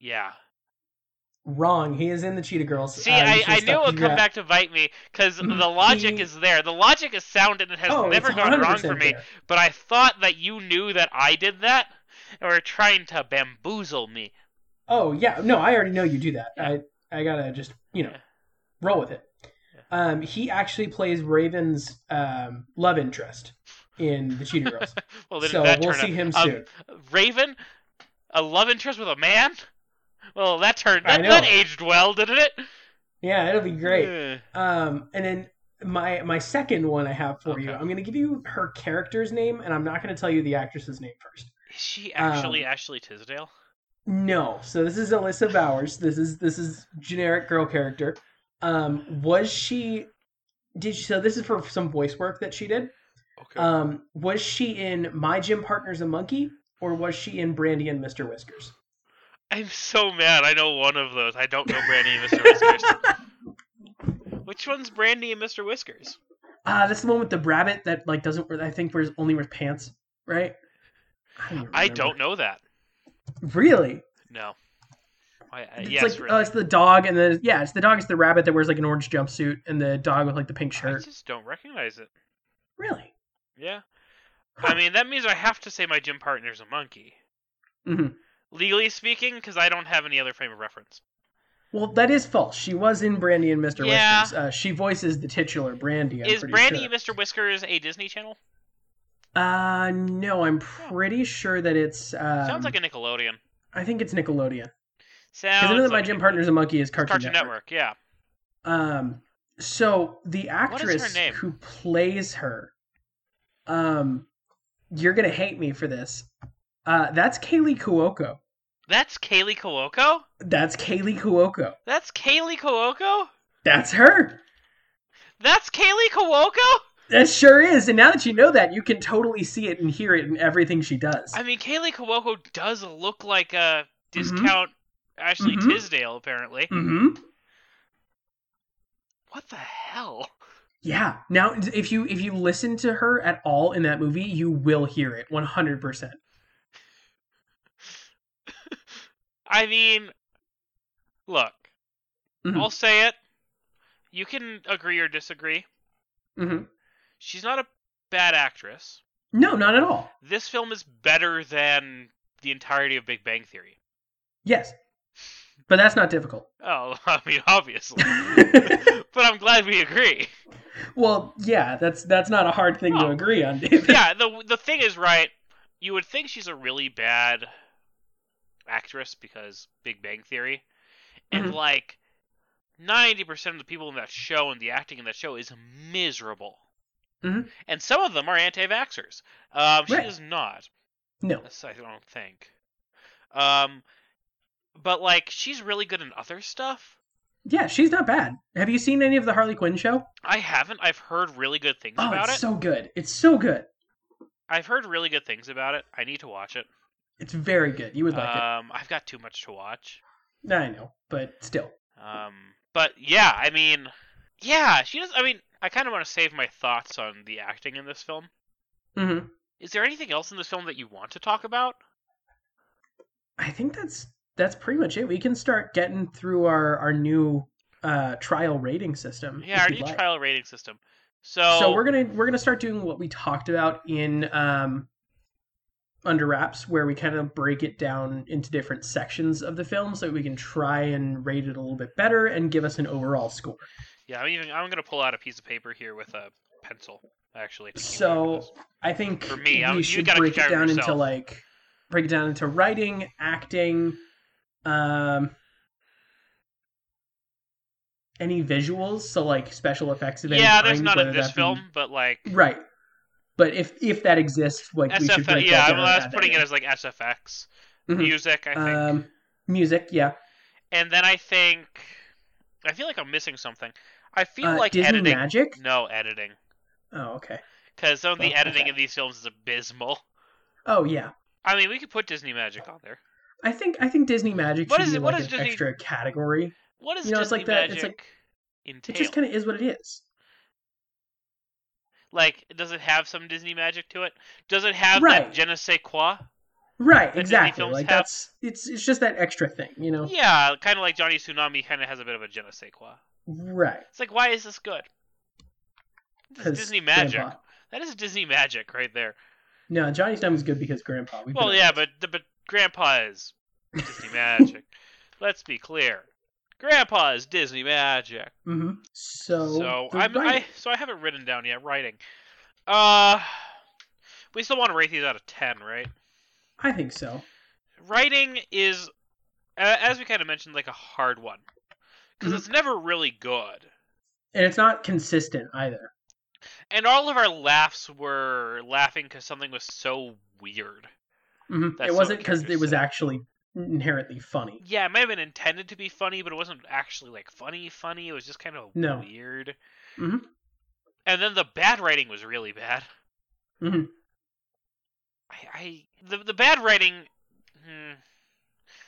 [SPEAKER 2] Yeah.
[SPEAKER 1] Wrong. He is in the Cheetah Girls.
[SPEAKER 2] See,
[SPEAKER 1] Uh, you
[SPEAKER 2] I,
[SPEAKER 1] should've
[SPEAKER 2] I
[SPEAKER 1] stuck
[SPEAKER 2] knew it would
[SPEAKER 1] to
[SPEAKER 2] come
[SPEAKER 1] that.
[SPEAKER 2] back to bite me because the logic
[SPEAKER 1] Mm-hmm. He-
[SPEAKER 2] is there. The logic is sound and it has
[SPEAKER 1] Oh,
[SPEAKER 2] never
[SPEAKER 1] it's
[SPEAKER 2] gone wrong
[SPEAKER 1] 100%
[SPEAKER 2] for me.
[SPEAKER 1] there.
[SPEAKER 2] But I thought that you knew that I did that and were trying to bamboozle me.
[SPEAKER 1] Oh yeah, no, I already know you do that. I I gotta just you know
[SPEAKER 2] Yeah.
[SPEAKER 1] roll with it. Um, he actually plays Raven's um, love interest in the Cheetah Girls,
[SPEAKER 2] Well, then
[SPEAKER 1] so
[SPEAKER 2] that
[SPEAKER 1] we'll
[SPEAKER 2] turned
[SPEAKER 1] see him
[SPEAKER 2] out,
[SPEAKER 1] soon.
[SPEAKER 2] um, Raven, a love interest with a man. Well, that turned
[SPEAKER 1] I
[SPEAKER 2] that,
[SPEAKER 1] know.
[SPEAKER 2] that aged well, didn't it?
[SPEAKER 1] yeah, it'll be great.
[SPEAKER 2] Yeah.
[SPEAKER 1] Um, and then my my second one I have for you,
[SPEAKER 2] Okay.
[SPEAKER 1] I'm gonna give you her character's name, and I'm not gonna tell you the actress's name first.
[SPEAKER 2] Is she
[SPEAKER 1] Um,
[SPEAKER 2] actually Ashley Tisdale?
[SPEAKER 1] No, so this is Alyssa Bowers. This is this is generic girl character. Um, was she? Did she, so? This is for some voice work that she did.
[SPEAKER 2] Okay.
[SPEAKER 1] Um, was she in My Gym Partner's a Monkey, or was she in Brandy and Mr. Whiskers?
[SPEAKER 2] I'm so mad. I know one of those. I don't know Brandy and Mr. Whiskers. Which one's Brandy and Mr. Whiskers?
[SPEAKER 1] Ah, that's the one with the rabbit that like doesn't wear. I think wears only wears pants, right? don't
[SPEAKER 2] I
[SPEAKER 1] remember.
[SPEAKER 2] don't know that.
[SPEAKER 1] really.
[SPEAKER 2] No. I, I,
[SPEAKER 1] It's
[SPEAKER 2] Uh, yes,
[SPEAKER 1] like
[SPEAKER 2] really.
[SPEAKER 1] oh, it's the dog and the yeah, it's the dog. It's the rabbit that wears like an orange jumpsuit and the dog with like the pink
[SPEAKER 2] I
[SPEAKER 1] shirt.
[SPEAKER 2] just don't recognize it.
[SPEAKER 1] Really?
[SPEAKER 2] Yeah. I mean, that means I have to say my gym partner's a monkey.
[SPEAKER 1] hmm
[SPEAKER 2] Legally speaking, because I don't have any other frame of reference.
[SPEAKER 1] Well, that is false. She was in Brandy and Mr.
[SPEAKER 2] Yeah.
[SPEAKER 1] Whiskers. Uh, she voices the titular Brandy. I'm
[SPEAKER 2] Is
[SPEAKER 1] pretty
[SPEAKER 2] Brandy
[SPEAKER 1] sure.
[SPEAKER 2] and Mr. Whiskers a Disney Channel?
[SPEAKER 1] Uh, no, I'm pretty sure that it's. Um,
[SPEAKER 2] Sounds like a Nickelodeon.
[SPEAKER 1] I think it's Nickelodeon.
[SPEAKER 2] Sounds
[SPEAKER 1] Because I know that my
[SPEAKER 2] like
[SPEAKER 1] gym partner's a monkey is Cartoon,
[SPEAKER 2] Cartoon
[SPEAKER 1] Network.
[SPEAKER 2] Network. Yeah.
[SPEAKER 1] Um, so the
[SPEAKER 2] is her
[SPEAKER 1] actress
[SPEAKER 2] name?
[SPEAKER 1] who plays her, um, you're gonna hate me for this. Uh, that's Kaylee Cuoco.
[SPEAKER 2] That's Kaylee Cuoco?
[SPEAKER 1] That's Kaylee Cuoco.
[SPEAKER 2] That's Kaylee Cuoco?
[SPEAKER 1] That's her.
[SPEAKER 2] That's Kaylee Cuoco?
[SPEAKER 1] That sure is. And now that you know that, you can totally see it and hear it in everything she does.
[SPEAKER 2] I mean, Kaylee Cuoco does look like a discount Ashley
[SPEAKER 1] Mhm.
[SPEAKER 2] Tisdale, apparently.
[SPEAKER 1] Mm-hmm.
[SPEAKER 2] What the hell?
[SPEAKER 1] Yeah. Now, if you if you listen to her at all in that movie, you will hear it 100. percent
[SPEAKER 2] I mean, look,
[SPEAKER 1] Mhm.
[SPEAKER 2] I'll say it. You can agree or disagree. Mm-hmm.
[SPEAKER 1] hmm
[SPEAKER 2] She's not a bad actress.
[SPEAKER 1] No, not at all.
[SPEAKER 2] This film is better than the entirety of Big Bang Theory.
[SPEAKER 1] Yes, but that's not difficult.
[SPEAKER 2] Oh, I mean, obviously. but I'm glad we agree.
[SPEAKER 1] Well, yeah, that's that's not a hard thing to
[SPEAKER 2] Oh.
[SPEAKER 1] agree on, David.
[SPEAKER 2] yeah, the the thing is right. You would think she's a really bad actress because Big Bang Theory, and
[SPEAKER 1] Mhm.
[SPEAKER 2] like ninety percent of the people in that show and the acting in that show is miserable.
[SPEAKER 1] Mhm.
[SPEAKER 2] And some of them are anti-vaxxers. Um, she
[SPEAKER 1] Right.
[SPEAKER 2] is not.
[SPEAKER 1] No.
[SPEAKER 2] That's- I don't think. Um, but like she's really good in other stuff.
[SPEAKER 1] Yeah, she's not bad. Have you seen any of the Harley Quinn show?
[SPEAKER 2] I haven't. I've heard really good things
[SPEAKER 1] Oh,
[SPEAKER 2] about
[SPEAKER 1] it's
[SPEAKER 2] it.
[SPEAKER 1] so good. It's so good.
[SPEAKER 2] I've heard really good things about it. I need to watch it.
[SPEAKER 1] It's very good. You would like
[SPEAKER 2] um, I've got too much to watch.
[SPEAKER 1] it. I know, but still.
[SPEAKER 2] Um, but yeah, I mean, yeah, she does. I mean, I kind of want to save my thoughts on the acting in this film.
[SPEAKER 1] hmm
[SPEAKER 2] Is there anything else in this film that you want to talk about?
[SPEAKER 1] I think that's that's pretty much it. We can start getting through our our new uh trial rating system.
[SPEAKER 2] Yeah,
[SPEAKER 1] if
[SPEAKER 2] our
[SPEAKER 1] you'd
[SPEAKER 2] new
[SPEAKER 1] like.
[SPEAKER 2] trial rating system. So,
[SPEAKER 1] so we're gonna we're gonna start doing what we talked about in um under wraps where we kind of break it down into different sections of the film so that we can try and rate it a little bit better and give us an overall score
[SPEAKER 2] yeah, I'm even I'm gonna pull out a piece of paper here with a pencil. Actually, to keep
[SPEAKER 1] So-
[SPEAKER 2] track of this.
[SPEAKER 1] i think
[SPEAKER 2] For me,
[SPEAKER 1] we
[SPEAKER 2] I'm- you
[SPEAKER 1] should
[SPEAKER 2] gotta
[SPEAKER 1] break it
[SPEAKER 2] carry
[SPEAKER 1] down into
[SPEAKER 2] yourself.
[SPEAKER 1] like break it down into writing acting um any visuals so like special effects of any
[SPEAKER 2] yeah, there's
[SPEAKER 1] kind,
[SPEAKER 2] none in
[SPEAKER 1] whether
[SPEAKER 2] this
[SPEAKER 1] that be-
[SPEAKER 2] film, but like
[SPEAKER 1] right but if if that exists like we should
[SPEAKER 2] SFX.
[SPEAKER 1] break
[SPEAKER 2] Yeah,
[SPEAKER 1] that down
[SPEAKER 2] I'm
[SPEAKER 1] and
[SPEAKER 2] well, I was
[SPEAKER 1] add that
[SPEAKER 2] putting
[SPEAKER 1] in.
[SPEAKER 2] it as like SFX
[SPEAKER 1] Mhm.
[SPEAKER 2] music, I think,
[SPEAKER 1] Um, music, yeah.
[SPEAKER 2] and then I think I feel like I'm missing something. I feel
[SPEAKER 1] Uh,
[SPEAKER 2] like
[SPEAKER 1] Disney
[SPEAKER 2] editing.
[SPEAKER 1] Magic.
[SPEAKER 2] No editing.
[SPEAKER 1] Oh, okay.
[SPEAKER 2] because some of the
[SPEAKER 1] Oh,
[SPEAKER 2] editing
[SPEAKER 1] okay.
[SPEAKER 2] in these films is abysmal.
[SPEAKER 1] Oh, yeah.
[SPEAKER 2] I mean, we could put Disney magic on there.
[SPEAKER 1] I think I think Disney Magic
[SPEAKER 2] What
[SPEAKER 1] should
[SPEAKER 2] is
[SPEAKER 1] be
[SPEAKER 2] it- what
[SPEAKER 1] like
[SPEAKER 2] is
[SPEAKER 1] an
[SPEAKER 2] Disney-
[SPEAKER 1] extra category.
[SPEAKER 2] What is
[SPEAKER 1] You know, it's
[SPEAKER 2] Disney
[SPEAKER 1] like that-
[SPEAKER 2] magic
[SPEAKER 1] it's like-
[SPEAKER 2] entail?
[SPEAKER 1] It just kind of is what it is.
[SPEAKER 2] Like, does it have some Disney magic to it? Does it have
[SPEAKER 1] Right.
[SPEAKER 2] that je ne sais quoi?
[SPEAKER 1] Right,
[SPEAKER 2] Disney
[SPEAKER 1] exactly.
[SPEAKER 2] films
[SPEAKER 1] Like
[SPEAKER 2] have.
[SPEAKER 1] that's it's it's just that extra thing, you know.
[SPEAKER 2] Yeah, kind of like Johnny Tsunami kind of has a bit of a je ne sais quoi.
[SPEAKER 1] Right.
[SPEAKER 2] It's like, why is this good? This
[SPEAKER 1] 'cause
[SPEAKER 2] is Disney magic.
[SPEAKER 1] Grandpa.
[SPEAKER 2] That is Disney magic right there.
[SPEAKER 1] No, Johnny Snummy's good because Grandpa. We've
[SPEAKER 2] Well,
[SPEAKER 1] been-
[SPEAKER 2] yeah, but but Grandpa is Disney magic. Let's be clear. Grandpa is Disney magic.
[SPEAKER 1] Mhm. So,
[SPEAKER 2] So
[SPEAKER 1] the
[SPEAKER 2] I'm I
[SPEAKER 1] writing-
[SPEAKER 2] so I haven't written down yet writing. Uh we still want to rate these out of 10, right?
[SPEAKER 1] I think so.
[SPEAKER 2] Writing is a- as we kind of mentioned like a hard one because
[SPEAKER 1] Mhm.
[SPEAKER 2] it's never really good.
[SPEAKER 1] And it's not consistent either.
[SPEAKER 2] And all of our laughs were laughing because something was so weird.
[SPEAKER 1] Mhm.
[SPEAKER 2] That's
[SPEAKER 1] It
[SPEAKER 2] what
[SPEAKER 1] wasn't
[SPEAKER 2] the
[SPEAKER 1] because it
[SPEAKER 2] characters
[SPEAKER 1] was
[SPEAKER 2] said.
[SPEAKER 1] actually inherently funny.
[SPEAKER 2] Yeah, it might have been intended to be funny, but it wasn't actually like funny funny. It was just kind of
[SPEAKER 1] No.
[SPEAKER 2] weird.
[SPEAKER 1] Mhm.
[SPEAKER 2] And then the bad writing was really bad.
[SPEAKER 1] Mhm.
[SPEAKER 2] I, I the the bad writing. Hmm,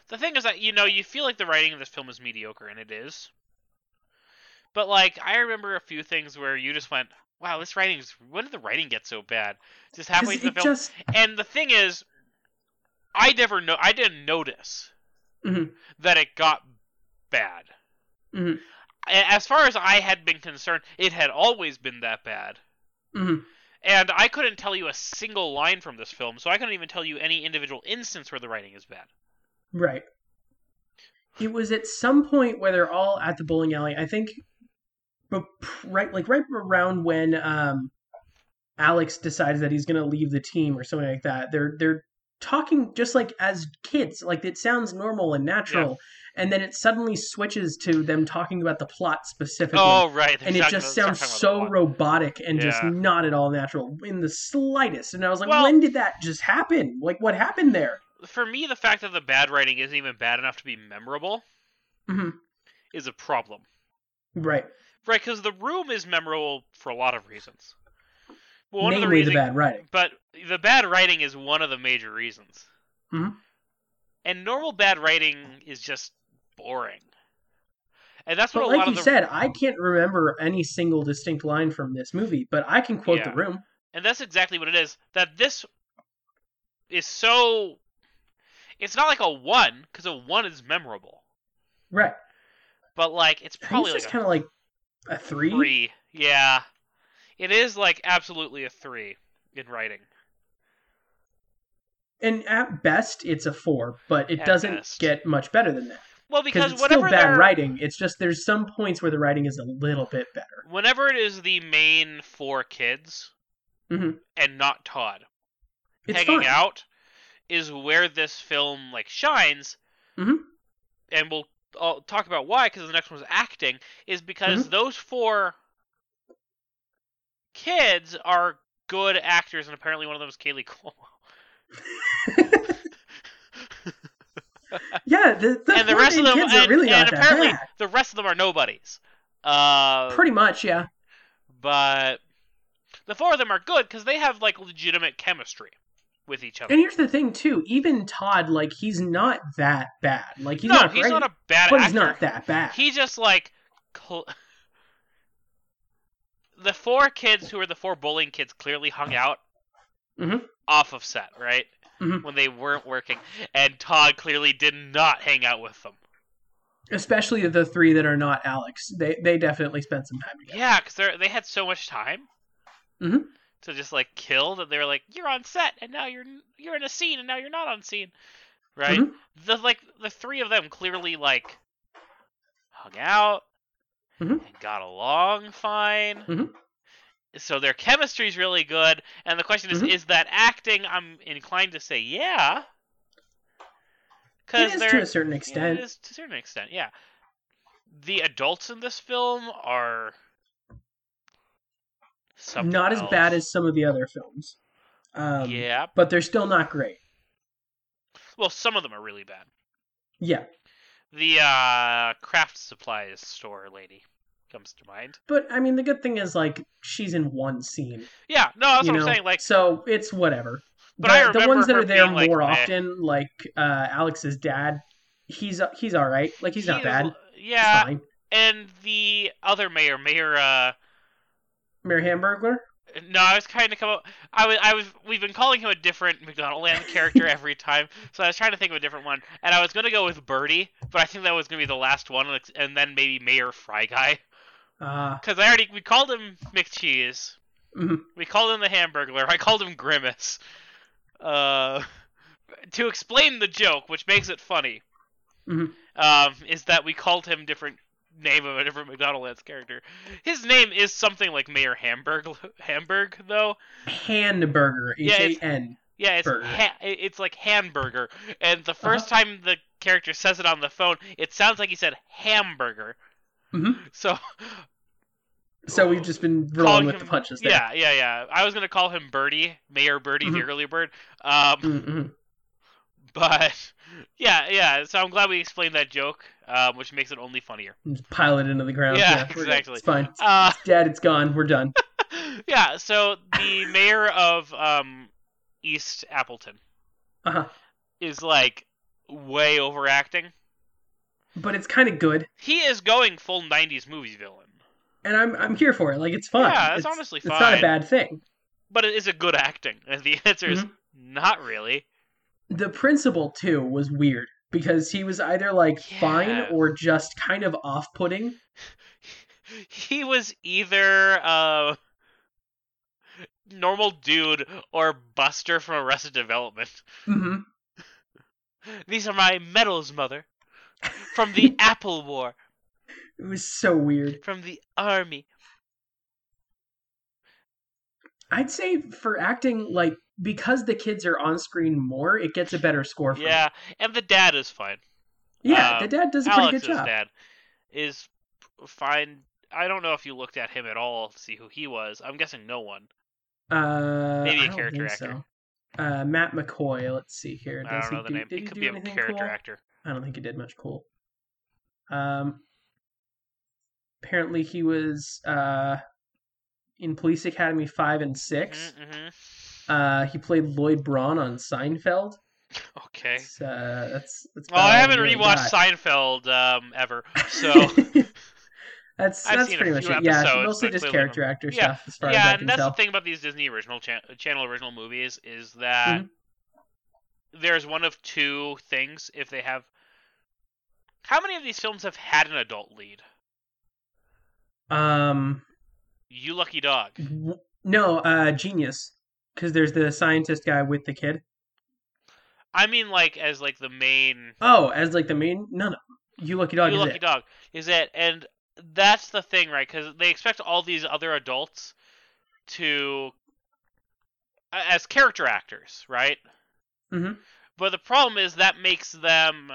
[SPEAKER 2] the thing is that you know you feel like the writing in this film is mediocre, and it is. But like I remember a few things where you just went, "Wow, this writing's when did the writing get so bad?" Just
[SPEAKER 1] 'Cause
[SPEAKER 2] halfway through
[SPEAKER 1] it
[SPEAKER 2] the film,
[SPEAKER 1] just
[SPEAKER 2] and the thing is, I never know. I didn't notice
[SPEAKER 1] Mhm.
[SPEAKER 2] that it got bad.
[SPEAKER 1] Mhm.
[SPEAKER 2] A- As far as I had been concerned, it had always been that bad,
[SPEAKER 1] mhm.
[SPEAKER 2] and I couldn't tell you a single line from this film, so I couldn't even tell you any individual instance where the writing is bad.
[SPEAKER 1] Right. It was at some point where they're all at the bowling alley. I think, but pr- right, like right around when um, Alex decides that he's going to leave the team or something like that. They're they're talking just like as kids. Like it sounds normal and natural, and then it suddenly switches to them talking about the plot specifically.
[SPEAKER 2] Oh right,
[SPEAKER 1] and it
[SPEAKER 2] Start-
[SPEAKER 1] just
[SPEAKER 2] start
[SPEAKER 1] sounds
[SPEAKER 2] talking about
[SPEAKER 1] so
[SPEAKER 2] the plot.
[SPEAKER 1] robotic and just
[SPEAKER 2] Yeah.
[SPEAKER 1] not at all natural in the slightest. And I was like,
[SPEAKER 2] Well-
[SPEAKER 1] when did that just happen? Like, what happened there?
[SPEAKER 2] For me, the fact that the bad writing isn't even bad enough to be memorable
[SPEAKER 1] Mhm.
[SPEAKER 2] is a problem.
[SPEAKER 1] Right.
[SPEAKER 2] Right, because the room is memorable for a lot of reasons. Well, one
[SPEAKER 1] Mainly
[SPEAKER 2] of the reasons,
[SPEAKER 1] the bad writing.
[SPEAKER 2] but the bad writing is one of the major reasons.
[SPEAKER 1] Mhm.
[SPEAKER 2] And normal bad writing is just boring, and that's what
[SPEAKER 1] But
[SPEAKER 2] a
[SPEAKER 1] like
[SPEAKER 2] lot
[SPEAKER 1] you
[SPEAKER 2] of the
[SPEAKER 1] said, I can't remember any single distinct line from this movie, but I can quote
[SPEAKER 2] Yeah.
[SPEAKER 1] the room.
[SPEAKER 2] and that's exactly what it is. That this is so. It's not like a one because a one is memorable,
[SPEAKER 1] Right.
[SPEAKER 2] but like it's
[SPEAKER 1] I think
[SPEAKER 2] probably
[SPEAKER 1] it's
[SPEAKER 2] like
[SPEAKER 1] just
[SPEAKER 2] a
[SPEAKER 1] kind of like a three.
[SPEAKER 2] three. Yeah, it is like absolutely a three in writing.
[SPEAKER 1] And at best, it's a four, but it
[SPEAKER 2] At
[SPEAKER 1] doesn't
[SPEAKER 2] best.
[SPEAKER 1] get much better than that.
[SPEAKER 2] Well,
[SPEAKER 1] Because
[SPEAKER 2] because
[SPEAKER 1] it's still
[SPEAKER 2] whatever
[SPEAKER 1] bad
[SPEAKER 2] their-
[SPEAKER 1] writing. It's just there's some points where the writing is a little bit better.
[SPEAKER 2] whenever it is the main four kids
[SPEAKER 1] Mhm.
[SPEAKER 2] and not Todd
[SPEAKER 1] It's
[SPEAKER 2] hanging
[SPEAKER 1] fine.
[SPEAKER 2] out is where this film like shines.
[SPEAKER 1] Mhm.
[SPEAKER 2] And we'll I'll talk about why because the next one's acting is because
[SPEAKER 1] Mm-hmm.
[SPEAKER 2] those four kids are good actors and apparently one of them is Kaylee Cuomo.
[SPEAKER 1] Yeah, the, the,
[SPEAKER 2] and the rest of them
[SPEAKER 1] kids
[SPEAKER 2] and,
[SPEAKER 1] are really
[SPEAKER 2] and
[SPEAKER 1] not that
[SPEAKER 2] apparently
[SPEAKER 1] bad.
[SPEAKER 2] the rest of them are nobodies. Uh,
[SPEAKER 1] Pretty much, yeah.
[SPEAKER 2] but the four of them are good because they have like legitimate chemistry with each other.
[SPEAKER 1] And here's the thing too. Even Todd, like he's not that bad. Like he's
[SPEAKER 2] no,
[SPEAKER 1] not
[SPEAKER 2] he's
[SPEAKER 1] great,
[SPEAKER 2] not a bad
[SPEAKER 1] but
[SPEAKER 2] actor.
[SPEAKER 1] he's not that bad.
[SPEAKER 2] He just like cl- the four kids who are the four bullying kids clearly hung out
[SPEAKER 1] Mhm.
[SPEAKER 2] off of set, right?
[SPEAKER 1] Mhm.
[SPEAKER 2] When they weren't working, and Todd clearly did not hang out with them.
[SPEAKER 1] Especially the three that are not Alex. They they definitely spent some time together.
[SPEAKER 2] Yeah, because they they had so much time
[SPEAKER 1] Mhm.
[SPEAKER 2] to just like kill that they were like, "You're on set, and now you're you're in a scene, and now you're not on scene," right?
[SPEAKER 1] Mhm.
[SPEAKER 2] The like the three of them clearly like hung out
[SPEAKER 1] Mhm.
[SPEAKER 2] and got along fine.
[SPEAKER 1] Mhm.
[SPEAKER 2] So their chemistry's really good, and the question is,
[SPEAKER 1] Mhm.
[SPEAKER 2] is that acting? I'm inclined to say, yeah,
[SPEAKER 1] It
[SPEAKER 2] because
[SPEAKER 1] is
[SPEAKER 2] they're
[SPEAKER 1] to a certain
[SPEAKER 2] yeah,
[SPEAKER 1] extent.
[SPEAKER 2] it is to a certain extent, yeah. The adults in this film are something
[SPEAKER 1] not as bad
[SPEAKER 2] else.
[SPEAKER 1] as some of the other films. Um,
[SPEAKER 2] yeah.
[SPEAKER 1] But they're still not great.
[SPEAKER 2] Well, some of them are really bad.
[SPEAKER 1] Yeah.
[SPEAKER 2] The uh, craft supplies store lady comes to mind.
[SPEAKER 1] But I mean, the good thing is like she's in one scene.
[SPEAKER 2] Yeah, no, that's
[SPEAKER 1] you
[SPEAKER 2] what
[SPEAKER 1] know?
[SPEAKER 2] I'm saying. Like,
[SPEAKER 1] so it's whatever.
[SPEAKER 2] But
[SPEAKER 1] the,
[SPEAKER 2] I
[SPEAKER 1] the
[SPEAKER 2] remember
[SPEAKER 1] ones that
[SPEAKER 2] her
[SPEAKER 1] are there
[SPEAKER 2] being, like,
[SPEAKER 1] more
[SPEAKER 2] meh.
[SPEAKER 1] often, like uh, Alex's dad, he's he's all right. Like he's not
[SPEAKER 2] he-
[SPEAKER 1] bad. He's
[SPEAKER 2] Yeah,
[SPEAKER 1] fine.
[SPEAKER 2] and the other mayor, Mayor uh,
[SPEAKER 1] Mayor Hamburglar.
[SPEAKER 2] No, I was trying to come up. I was, I was. We've been calling him a different McDonaldland character every time, so I was trying to think of a different one, and I was gonna go with Birdie, but I think that was gonna be the last one, and- and then maybe Mayor Fry Guy,
[SPEAKER 1] Uh,
[SPEAKER 2] because I already we called him McCheese,
[SPEAKER 1] mhm.
[SPEAKER 2] we called him the Hamburglar, I called him Grimace, uh, to explain the joke, which makes it funny,
[SPEAKER 1] Mhm.
[SPEAKER 2] um, is that we called him different name of a different McDonaldland's character. His name is something like Mayor Hamburg, Hamburg though.
[SPEAKER 1] Hamburger.
[SPEAKER 2] Yeah,
[SPEAKER 1] H
[SPEAKER 2] it's-
[SPEAKER 1] A N.
[SPEAKER 2] Yeah, it's
[SPEAKER 1] Burger.
[SPEAKER 2] ha- it- it's like hamburger. And the 1st time the character says it on the phone, it sounds like he said hamburger.
[SPEAKER 1] Mhm.
[SPEAKER 2] So
[SPEAKER 1] So we've just been
[SPEAKER 2] Calling
[SPEAKER 1] rolling with
[SPEAKER 2] him-
[SPEAKER 1] the punches there.
[SPEAKER 2] yeah, yeah, yeah. I was gonna call him Birdie, Mayor Birdie, the
[SPEAKER 1] Mhm.
[SPEAKER 2] early bird. Um,
[SPEAKER 1] Mhm.
[SPEAKER 2] but yeah, yeah. So I'm glad we explained that joke, um, which makes it only funnier.
[SPEAKER 1] Just pile it into the ground.
[SPEAKER 2] Yeah,
[SPEAKER 1] we're good.
[SPEAKER 2] exactly.
[SPEAKER 1] It's fine.
[SPEAKER 2] Uh,
[SPEAKER 1] Dad, it's gone. We're done.
[SPEAKER 2] yeah. So the mayor of um, East Appleton
[SPEAKER 1] Uh-huh.
[SPEAKER 2] is like way overacting.
[SPEAKER 1] But it's kind of good,
[SPEAKER 2] He is going full '90s movie villain.
[SPEAKER 1] and I'm I'm here for it. Like it's fun.
[SPEAKER 2] Yeah, it's
[SPEAKER 1] it's
[SPEAKER 2] honestly
[SPEAKER 1] It's not
[SPEAKER 2] fine.
[SPEAKER 1] a bad thing.
[SPEAKER 2] but it is a good acting. And the answer is
[SPEAKER 1] Mm-hmm.
[SPEAKER 2] not really.
[SPEAKER 1] The principal too was weird because he was either like fine
[SPEAKER 2] Yeah.
[SPEAKER 1] or just kind of off-putting.
[SPEAKER 2] He was either uh normal dude or Buster from Arrested Development. Mm-hmm.
[SPEAKER 1] hmm
[SPEAKER 2] These are my medals, mother. From the Apple War,
[SPEAKER 1] It was so weird.
[SPEAKER 2] from the army.
[SPEAKER 1] I'd say for acting, like because the kids are on screen more, it gets a better score. For
[SPEAKER 2] Yeah, and the dad is fine.
[SPEAKER 1] me. yeah.
[SPEAKER 2] Uh,
[SPEAKER 1] the dad does a pretty good
[SPEAKER 2] Alex's
[SPEAKER 1] job.
[SPEAKER 2] dad is fine. I don't know if you looked at him at all to see who he was. I'm guessing no one.
[SPEAKER 1] Uh,
[SPEAKER 2] Maybe a
[SPEAKER 1] I don't
[SPEAKER 2] character
[SPEAKER 1] think
[SPEAKER 2] actor.
[SPEAKER 1] So. Uh, Matt McCoy. Let's see here.
[SPEAKER 2] I
[SPEAKER 1] Does
[SPEAKER 2] don't know the
[SPEAKER 1] he do,
[SPEAKER 2] name.
[SPEAKER 1] Did
[SPEAKER 2] It
[SPEAKER 1] he
[SPEAKER 2] could
[SPEAKER 1] do
[SPEAKER 2] be a
[SPEAKER 1] anything
[SPEAKER 2] character
[SPEAKER 1] cool?
[SPEAKER 2] actor.
[SPEAKER 1] I don't think he did much cool. Um, apparently he was uh in Police Academy five and 6
[SPEAKER 2] Mm-hmm.
[SPEAKER 1] Uh, he played Lloyd Braun on Seinfeld.
[SPEAKER 2] Okay.
[SPEAKER 1] It's, uh, that's that's.
[SPEAKER 2] Well, I haven't
[SPEAKER 1] really
[SPEAKER 2] rewatched
[SPEAKER 1] got.
[SPEAKER 2] Seinfeld um, ever, so
[SPEAKER 1] that's
[SPEAKER 2] I've
[SPEAKER 1] that's
[SPEAKER 2] seen a
[SPEAKER 1] pretty much
[SPEAKER 2] few
[SPEAKER 1] it. Yeah, it's
[SPEAKER 2] episodes,
[SPEAKER 1] mostly
[SPEAKER 2] but
[SPEAKER 1] just
[SPEAKER 2] clearly
[SPEAKER 1] character
[SPEAKER 2] not-
[SPEAKER 1] actor
[SPEAKER 2] Yeah,
[SPEAKER 1] stuff, as far as
[SPEAKER 2] yeah.
[SPEAKER 1] I can
[SPEAKER 2] And that's
[SPEAKER 1] tell.
[SPEAKER 2] the thing about these Disney original cha- channel original movies is that
[SPEAKER 1] Mm-hmm.
[SPEAKER 2] there's one of two things if they have. How many of these films have had an adult lead?
[SPEAKER 1] Um,
[SPEAKER 2] You lucky dog.
[SPEAKER 1] w- no, uh, genius, because there's the scientist guy with the kid.
[SPEAKER 2] I mean, like as like the main.
[SPEAKER 1] Oh, as like the main no, no, you lucky dog
[SPEAKER 2] you
[SPEAKER 1] is
[SPEAKER 2] lucky
[SPEAKER 1] it?
[SPEAKER 2] dog is it, and that's the thing, right? Because they expect all these other adults to a- as character actors, right?
[SPEAKER 1] Mhm.
[SPEAKER 2] But the problem is that makes them.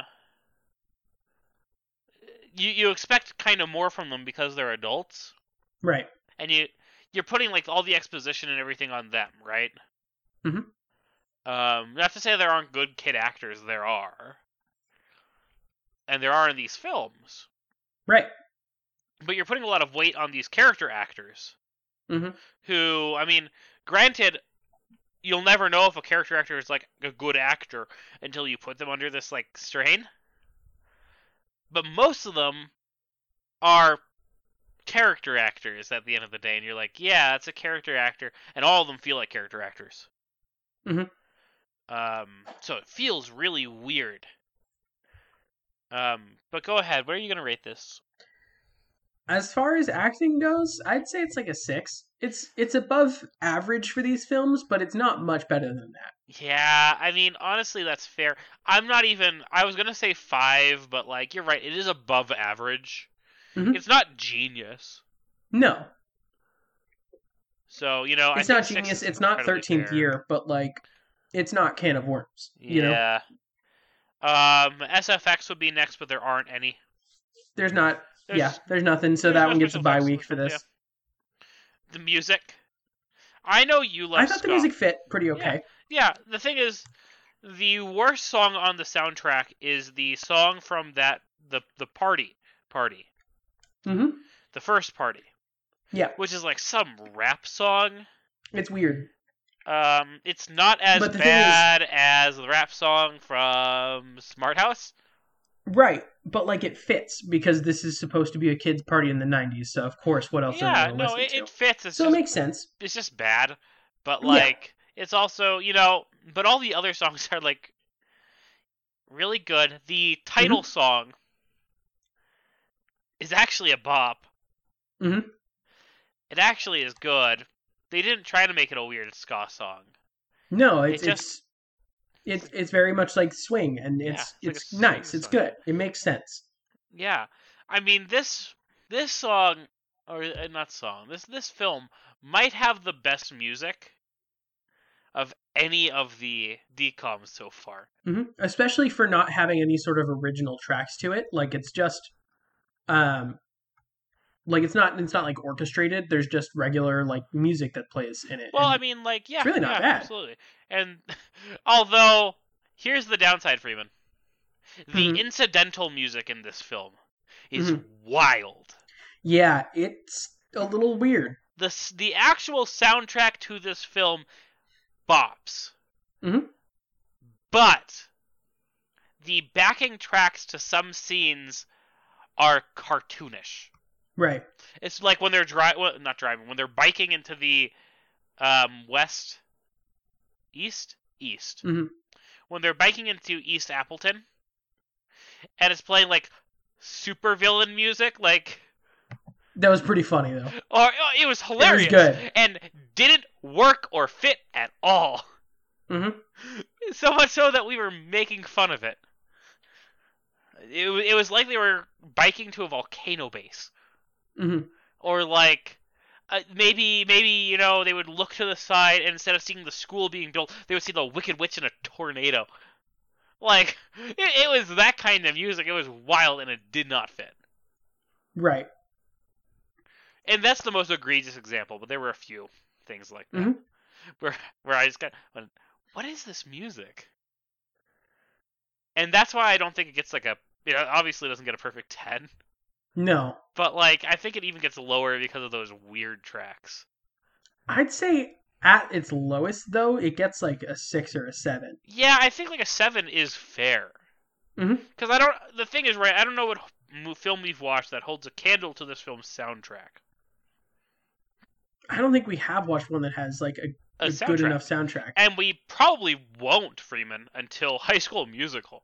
[SPEAKER 2] You you expect kind of more from them because they're adults,
[SPEAKER 1] Right.
[SPEAKER 2] and you you're putting like all the exposition and everything on them, right?
[SPEAKER 1] Mhm.
[SPEAKER 2] Um, not to say there aren't good kid actors, there are, and there are in these films,
[SPEAKER 1] Right.
[SPEAKER 2] but you're putting a lot of weight on these character actors,
[SPEAKER 1] Mhm.
[SPEAKER 2] who I mean, granted, you'll never know if a character actor is like a good actor until you put them under this like strain. But most of them are character actors at the end of the day, and you're like, yeah, it's a character actor, and all of them feel like character actors.
[SPEAKER 1] Mhm.
[SPEAKER 2] Um, so it feels really weird. Um, but go ahead. What are you gonna rate this?
[SPEAKER 1] As far as acting goes, I'd say it's like a six. It's it's above average for these films, but it's not much better than that.
[SPEAKER 2] Yeah, I mean, honestly, that's fair. I'm not even. I was gonna say five, but like, you're right. It is above average.
[SPEAKER 1] Mhm.
[SPEAKER 2] It's not genius.
[SPEAKER 1] No,
[SPEAKER 2] So you know, Oh, I
[SPEAKER 1] it's
[SPEAKER 2] think
[SPEAKER 1] not
[SPEAKER 2] six
[SPEAKER 1] genius.
[SPEAKER 2] is
[SPEAKER 1] It's not
[SPEAKER 2] incredibly
[SPEAKER 1] thirteenth
[SPEAKER 2] fair.
[SPEAKER 1] year, but like, it's not can of worms. You know,
[SPEAKER 2] Yeah. Um, SFX would be next, but there aren't any.
[SPEAKER 1] there's not.
[SPEAKER 2] There's-
[SPEAKER 1] yeah, there's nothing. So
[SPEAKER 2] there's
[SPEAKER 1] that
[SPEAKER 2] no
[SPEAKER 1] one gets a
[SPEAKER 2] special
[SPEAKER 1] bye
[SPEAKER 2] effects
[SPEAKER 1] week for
[SPEAKER 2] special,
[SPEAKER 1] this.
[SPEAKER 2] The music. I know you love.
[SPEAKER 1] I thought the
[SPEAKER 2] ska.
[SPEAKER 1] music fit pretty okay.
[SPEAKER 2] Yeah, the thing is, the worst song on the soundtrack is the song from that the the party party
[SPEAKER 1] hmm
[SPEAKER 2] the first party.
[SPEAKER 1] Yeah,
[SPEAKER 2] which is like some rap song.
[SPEAKER 1] it's weird.
[SPEAKER 2] Um, it's not as
[SPEAKER 1] But the thing is-
[SPEAKER 2] bad as the rap song from Smart House.
[SPEAKER 1] Right, but like it fits because this is supposed to be a kids' party in the '90s. So of course, what else? are
[SPEAKER 2] yeah,
[SPEAKER 1] they gonna
[SPEAKER 2] no,
[SPEAKER 1] listen
[SPEAKER 2] it,
[SPEAKER 1] to?
[SPEAKER 2] it fits. It's
[SPEAKER 1] so it
[SPEAKER 2] just,
[SPEAKER 1] makes sense.
[SPEAKER 2] it's just bad, but
[SPEAKER 1] Yeah.
[SPEAKER 2] like it's also you know, but all the other songs are like really good. The title
[SPEAKER 1] Mm-hmm.
[SPEAKER 2] song is actually a bop.
[SPEAKER 1] Mhm.
[SPEAKER 2] It actually is good. They didn't try to make it a weird ska song.
[SPEAKER 1] No,
[SPEAKER 2] It
[SPEAKER 1] it's
[SPEAKER 2] just-
[SPEAKER 1] it's it's it's very much like swing, and
[SPEAKER 2] Yeah,
[SPEAKER 1] it's
[SPEAKER 2] it's like
[SPEAKER 1] it's
[SPEAKER 2] a swing
[SPEAKER 1] nice. It's
[SPEAKER 2] song.
[SPEAKER 1] good. It makes sense.
[SPEAKER 2] Yeah, I mean this this song or uh, not song this this film might have the best music of any of the decoms so far.
[SPEAKER 1] hmm Especially for not having any sort of original tracks to it. Like it's just, um, like it's not it's not like orchestrated. There's just regular like music that plays in it.
[SPEAKER 2] Well,
[SPEAKER 1] and-
[SPEAKER 2] I mean, like yeah,
[SPEAKER 1] really not
[SPEAKER 2] yeah,
[SPEAKER 1] bad.
[SPEAKER 2] absolutely. And although here's the downside, Freeman, the
[SPEAKER 1] Mhm.
[SPEAKER 2] incidental music in this film is
[SPEAKER 1] Mm-hmm.
[SPEAKER 2] wild.
[SPEAKER 1] yeah, it's a little weird.
[SPEAKER 2] the s- the actual soundtrack to this film bops.
[SPEAKER 1] Mhm.
[SPEAKER 2] But the backing tracks to some scenes are cartoonish.
[SPEAKER 1] Right.
[SPEAKER 2] It's like when they're dri- well, not driving, when they're biking into the um, west, east, east.
[SPEAKER 1] Mhm.
[SPEAKER 2] When they're biking into East Appleton, and it's playing like super villain music, like
[SPEAKER 1] That was pretty funny though.
[SPEAKER 2] or oh, it was hilarious
[SPEAKER 1] good.
[SPEAKER 2] and didn't work or fit at all. Mm-hmm.
[SPEAKER 1] Mhm.
[SPEAKER 2] So much so that we were making fun of it. It wa- it was like they were biking to a volcano base,
[SPEAKER 1] hmm
[SPEAKER 2] or like uh, maybe maybe you know they would look to the side and instead of seeing the school being built, they would see the Wicked Witch in a tornado. Like it, it was that kind of music. It was wild and it did not fit.
[SPEAKER 1] Right.
[SPEAKER 2] and that's the most egregious example, but there were a few things like that
[SPEAKER 1] Mhm.
[SPEAKER 2] where where I just got went, what is this music? And that's why I don't think it gets like a you know, obviously it doesn't get a perfect ten,
[SPEAKER 1] No,
[SPEAKER 2] but like I think it even gets lower because of those weird tracks.
[SPEAKER 1] I'd say at its lowest though, it gets like a six or a seven.
[SPEAKER 2] Yeah, I think like a seven is fair.
[SPEAKER 1] Mhm.
[SPEAKER 2] Because I don't. The thing is, right? I don't know what mo- film we've watched that holds a candle to this film's soundtrack.
[SPEAKER 1] I don't think we have watched one that has like a,
[SPEAKER 2] A
[SPEAKER 1] a
[SPEAKER 2] soundtrack,
[SPEAKER 1] good enough soundtrack.
[SPEAKER 2] and we probably won't, Freeman, until High School Musical.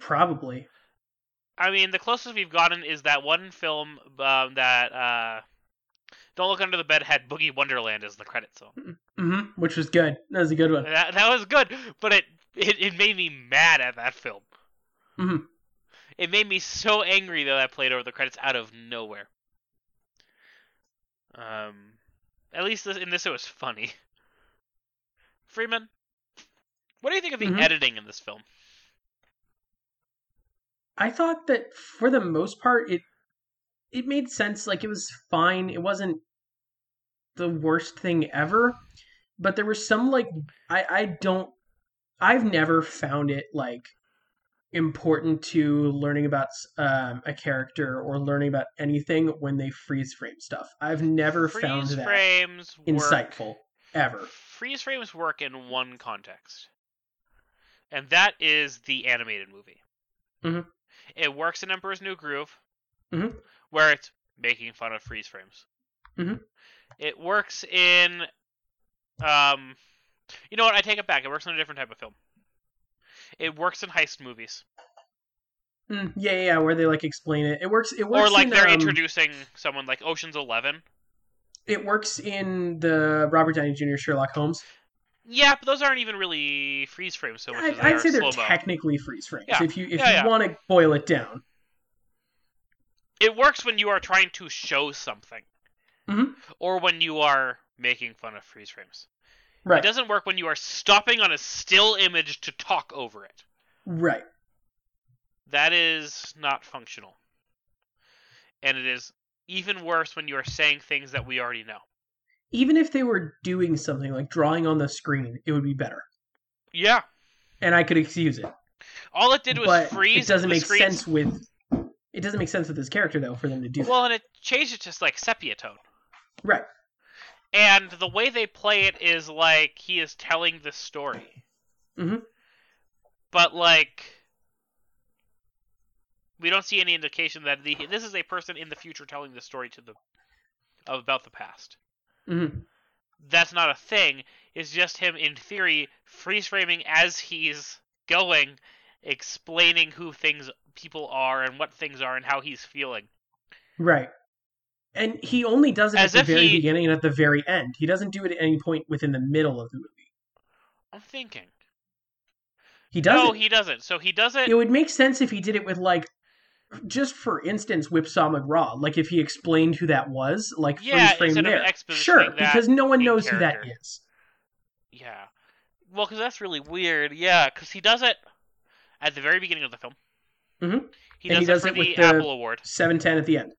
[SPEAKER 1] Probably.
[SPEAKER 2] I mean, the closest we've gotten is that one film um, that uh, "Don't Look Under the Bed" had "Boogie Wonderland" as the credit song.
[SPEAKER 1] hmm
[SPEAKER 2] Mm-hmm.
[SPEAKER 1] Which was good. That was a good one.
[SPEAKER 2] That that was good, but it it, it made me mad at that film.
[SPEAKER 1] Mhm.
[SPEAKER 2] It made me so angry that I played over the credits out of nowhere. Um, at least this, in this it was funny. Freeman, what do you think of the
[SPEAKER 1] Mhm.
[SPEAKER 2] editing in this film?
[SPEAKER 1] I thought that for the most part it it made sense. Like it was fine. It wasn't the worst thing ever. But there were some like I I don't I've never found it like important to learning about um, a character or learning about anything when they freeze frame stuff. I've never
[SPEAKER 2] freeze
[SPEAKER 1] found that
[SPEAKER 2] frames were
[SPEAKER 1] insightful ever.
[SPEAKER 2] Freeze frames work in one context, and that is the animated movie.
[SPEAKER 1] Mhm.
[SPEAKER 2] It works in Emperor's New Groove,
[SPEAKER 1] Mhm.
[SPEAKER 2] where it's making fun of freeze frames.
[SPEAKER 1] Mhm.
[SPEAKER 2] It works in, um, you know what? I take it back. It works in a different type of film. It works in heist movies,
[SPEAKER 1] Mm, yeah, yeah, yeah, where they like explain it. It works. It works.
[SPEAKER 2] or like
[SPEAKER 1] in,
[SPEAKER 2] they're
[SPEAKER 1] um,
[SPEAKER 2] introducing someone like Ocean's Eleven.
[SPEAKER 1] It works in the Robert Downey Jr. Sherlock Holmes.
[SPEAKER 2] Yeah, but those aren't even really freeze frames so much
[SPEAKER 1] I,
[SPEAKER 2] as they
[SPEAKER 1] I'd
[SPEAKER 2] are
[SPEAKER 1] say they're
[SPEAKER 2] slow-mo.
[SPEAKER 1] technically freeze frames.
[SPEAKER 2] Yeah,
[SPEAKER 1] If you if
[SPEAKER 2] yeah,
[SPEAKER 1] you
[SPEAKER 2] yeah.
[SPEAKER 1] want to boil it down,
[SPEAKER 2] it works when you are trying to show something
[SPEAKER 1] Mhm.
[SPEAKER 2] or when you are making fun of freeze frames it
[SPEAKER 1] right,
[SPEAKER 2] doesn't work when you are stopping on a still image to talk over it
[SPEAKER 1] right.
[SPEAKER 2] that is not functional and it is even worse when you are saying things that we already know
[SPEAKER 1] Even if they were doing something like drawing on the screen, it would be better,
[SPEAKER 2] yeah
[SPEAKER 1] and I could excuse it.
[SPEAKER 2] all it did was
[SPEAKER 1] but
[SPEAKER 2] freeze
[SPEAKER 1] it doesn't
[SPEAKER 2] the
[SPEAKER 1] make
[SPEAKER 2] screen-
[SPEAKER 1] sense with it doesn't make sense with this character though for them to do that.
[SPEAKER 2] well and it changed it to like sepia tone
[SPEAKER 1] Right.
[SPEAKER 2] and the way they play it is like he is telling the
[SPEAKER 1] Mm-hmm.
[SPEAKER 2] story
[SPEAKER 1] Mhm.
[SPEAKER 2] but like We don't see any indication that the this is a person in the future telling the story to the about the past.
[SPEAKER 1] Mhm.
[SPEAKER 2] That's not a thing. It's just him in theory freeze framing as he's going, explaining who things people are and what things are and how he's feeling.
[SPEAKER 1] Right. And he only does it
[SPEAKER 2] As
[SPEAKER 1] at
[SPEAKER 2] if
[SPEAKER 1] the very
[SPEAKER 2] he-
[SPEAKER 1] beginning and at the very end. He doesn't do it at any point within the middle of the movie.
[SPEAKER 2] I'm thinking.
[SPEAKER 1] He does
[SPEAKER 2] no,
[SPEAKER 1] it.
[SPEAKER 2] he doesn't. So he does it.
[SPEAKER 1] It would make sense if he did it with like just for instance Whipsaw McGraw. Like if he explained who that was, like
[SPEAKER 2] Yeah,
[SPEAKER 1] freeze frame
[SPEAKER 2] instead of
[SPEAKER 1] there.
[SPEAKER 2] expositioning
[SPEAKER 1] Sure,
[SPEAKER 2] that
[SPEAKER 1] because no one
[SPEAKER 2] in
[SPEAKER 1] knows who that
[SPEAKER 2] character.
[SPEAKER 1] is.
[SPEAKER 2] Yeah. Well, because that's really weird. Yeah, because he does it at the very beginning of the film.
[SPEAKER 1] Mhm.
[SPEAKER 2] He
[SPEAKER 1] And
[SPEAKER 2] does,
[SPEAKER 1] he does it
[SPEAKER 2] it for the,
[SPEAKER 1] with the-
[SPEAKER 2] Apple Award.
[SPEAKER 1] Seven ten at the end.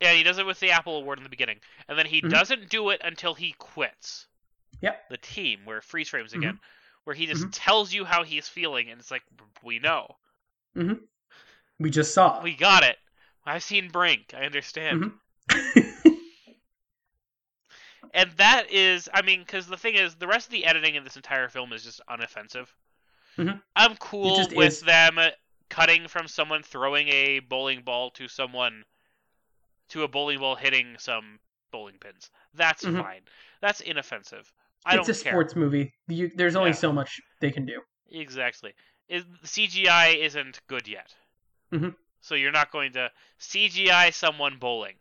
[SPEAKER 2] Yeah, he does it with the Apple Award in the beginning, and then he
[SPEAKER 1] Mhm.
[SPEAKER 2] doesn't do it until he quits.
[SPEAKER 1] Yep. Mm-hmm.
[SPEAKER 2] The team where it freeze frames
[SPEAKER 1] Mhm.
[SPEAKER 2] again, where he just tells you how he's feeling, and it's like we know,
[SPEAKER 1] We just saw.
[SPEAKER 2] we got it. I've seen Brink. I understand.
[SPEAKER 1] Mhm.
[SPEAKER 2] And that is, I mean, because the thing is, the rest of the editing in this entire film is just unoffensive.
[SPEAKER 1] Mhm.
[SPEAKER 2] I'm cool
[SPEAKER 1] It just
[SPEAKER 2] with
[SPEAKER 1] is.
[SPEAKER 2] them cutting from someone throwing a bowling ball to someone to a bowling ball hitting some bowling pins. That's
[SPEAKER 1] Mhm.
[SPEAKER 2] fine. That's inoffensive. I
[SPEAKER 1] it's a
[SPEAKER 2] don't care.
[SPEAKER 1] sports movie. You, there's only
[SPEAKER 2] Yeah.
[SPEAKER 1] so much they can do.
[SPEAKER 2] Exactly. Is CGI isn't good yet.
[SPEAKER 1] Mhm.
[SPEAKER 2] So you're not going to CGI someone bowling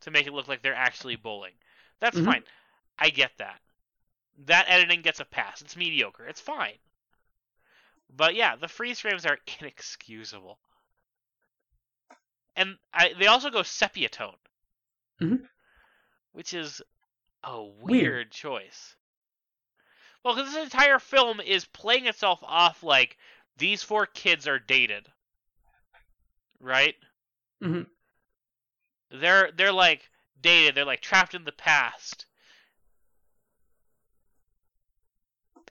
[SPEAKER 2] to make it look like they're actually bowling. That's
[SPEAKER 1] Mhm.
[SPEAKER 2] fine. I get that. That editing gets a pass. It's mediocre. It's fine. But yeah, the freeze frames are inexcusable. And I, they also go sepia tone.
[SPEAKER 1] Mhm.
[SPEAKER 2] Which is a weird,
[SPEAKER 1] Weird.
[SPEAKER 2] choice. Well, because this entire film is playing itself off like these four kids are dated, right?
[SPEAKER 1] Mhm.
[SPEAKER 2] They're they're like dated. They're like trapped in the past,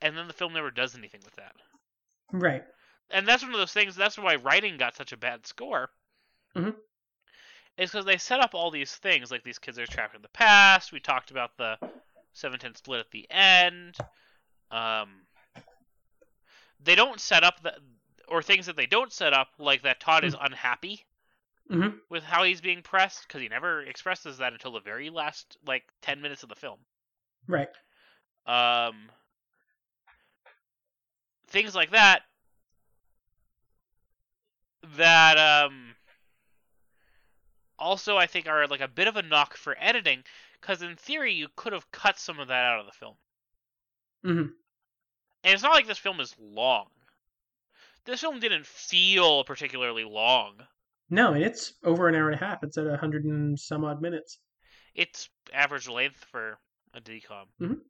[SPEAKER 2] and then the film never does anything with that.
[SPEAKER 1] Right.
[SPEAKER 2] And that's one of those things. That's why writing got such a bad score.
[SPEAKER 1] Mhm.
[SPEAKER 2] Is because they set up all these things like these kids are trapped in the past. We talked about the seven ten split at the end. Um, they don't set up the or things that they don't set up like that. Todd is unhappy
[SPEAKER 1] Mhm.
[SPEAKER 2] with how he's being pressed because he never expresses that until the very last like ten minutes of the film
[SPEAKER 1] Right.
[SPEAKER 2] um, things like that that um, also I think are like a bit of a knock for editing because in theory you could have cut some of that out of the film.
[SPEAKER 1] Mhm.
[SPEAKER 2] And it's not like this film is long. This film didn't feel particularly long.
[SPEAKER 1] No, and it's over an hour and a half. It's at a hundred and some odd minutes.
[SPEAKER 2] It's average length for a decom.
[SPEAKER 1] Mhm.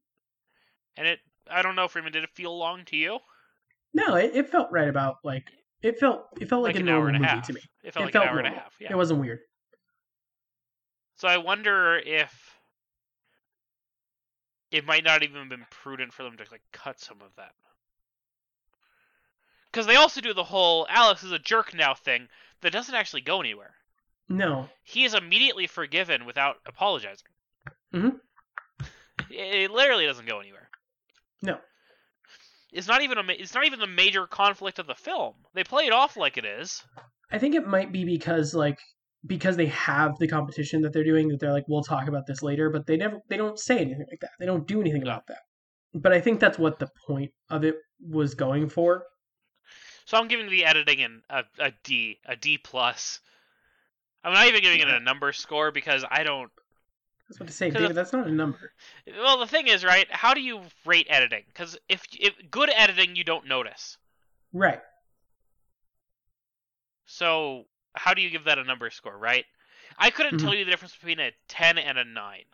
[SPEAKER 2] And it, I don't know, Freeman, did it feel long to you?
[SPEAKER 1] No, it, it felt right about like it felt it felt like,
[SPEAKER 2] Like
[SPEAKER 1] a
[SPEAKER 2] an hour
[SPEAKER 1] normal
[SPEAKER 2] and a
[SPEAKER 1] movie
[SPEAKER 2] half.
[SPEAKER 1] to me.
[SPEAKER 2] It felt
[SPEAKER 1] It
[SPEAKER 2] like
[SPEAKER 1] felt
[SPEAKER 2] an hour and a
[SPEAKER 1] normal.
[SPEAKER 2] half. Yeah.
[SPEAKER 1] It wasn't weird.
[SPEAKER 2] So I wonder if it might not even have been prudent for them to like cut some of that. Because they also do the whole Alex is a jerk now thing that doesn't actually go anywhere.
[SPEAKER 1] No,
[SPEAKER 2] He is immediately forgiven without apologizing.
[SPEAKER 1] Mhm.
[SPEAKER 2] It, it literally doesn't go anywhere.
[SPEAKER 1] No.
[SPEAKER 2] It's not even a. ma- It's not even the major conflict of the film. They play it off like it is.
[SPEAKER 1] I think it might be because like because they have the competition that they're doing that they're like we'll talk about this later, but they never they don't say anything like that. They don't do anything
[SPEAKER 2] No.
[SPEAKER 1] about that. But I think that's what the point of it was going for.
[SPEAKER 2] So I'm giving the editing an, a a D, a D plus. I'm not even giving it a number score because I don't.
[SPEAKER 1] That's what to say,
[SPEAKER 2] 'Cause
[SPEAKER 1] David.
[SPEAKER 2] if-
[SPEAKER 1] That's not a number.
[SPEAKER 2] Well, the thing is, right? How do you rate editing? Because if, if good editing, you don't notice.
[SPEAKER 1] Right.
[SPEAKER 2] So how do you give that a number score, right? I couldn't
[SPEAKER 1] Mhm.
[SPEAKER 2] tell you the difference between a ten and a nine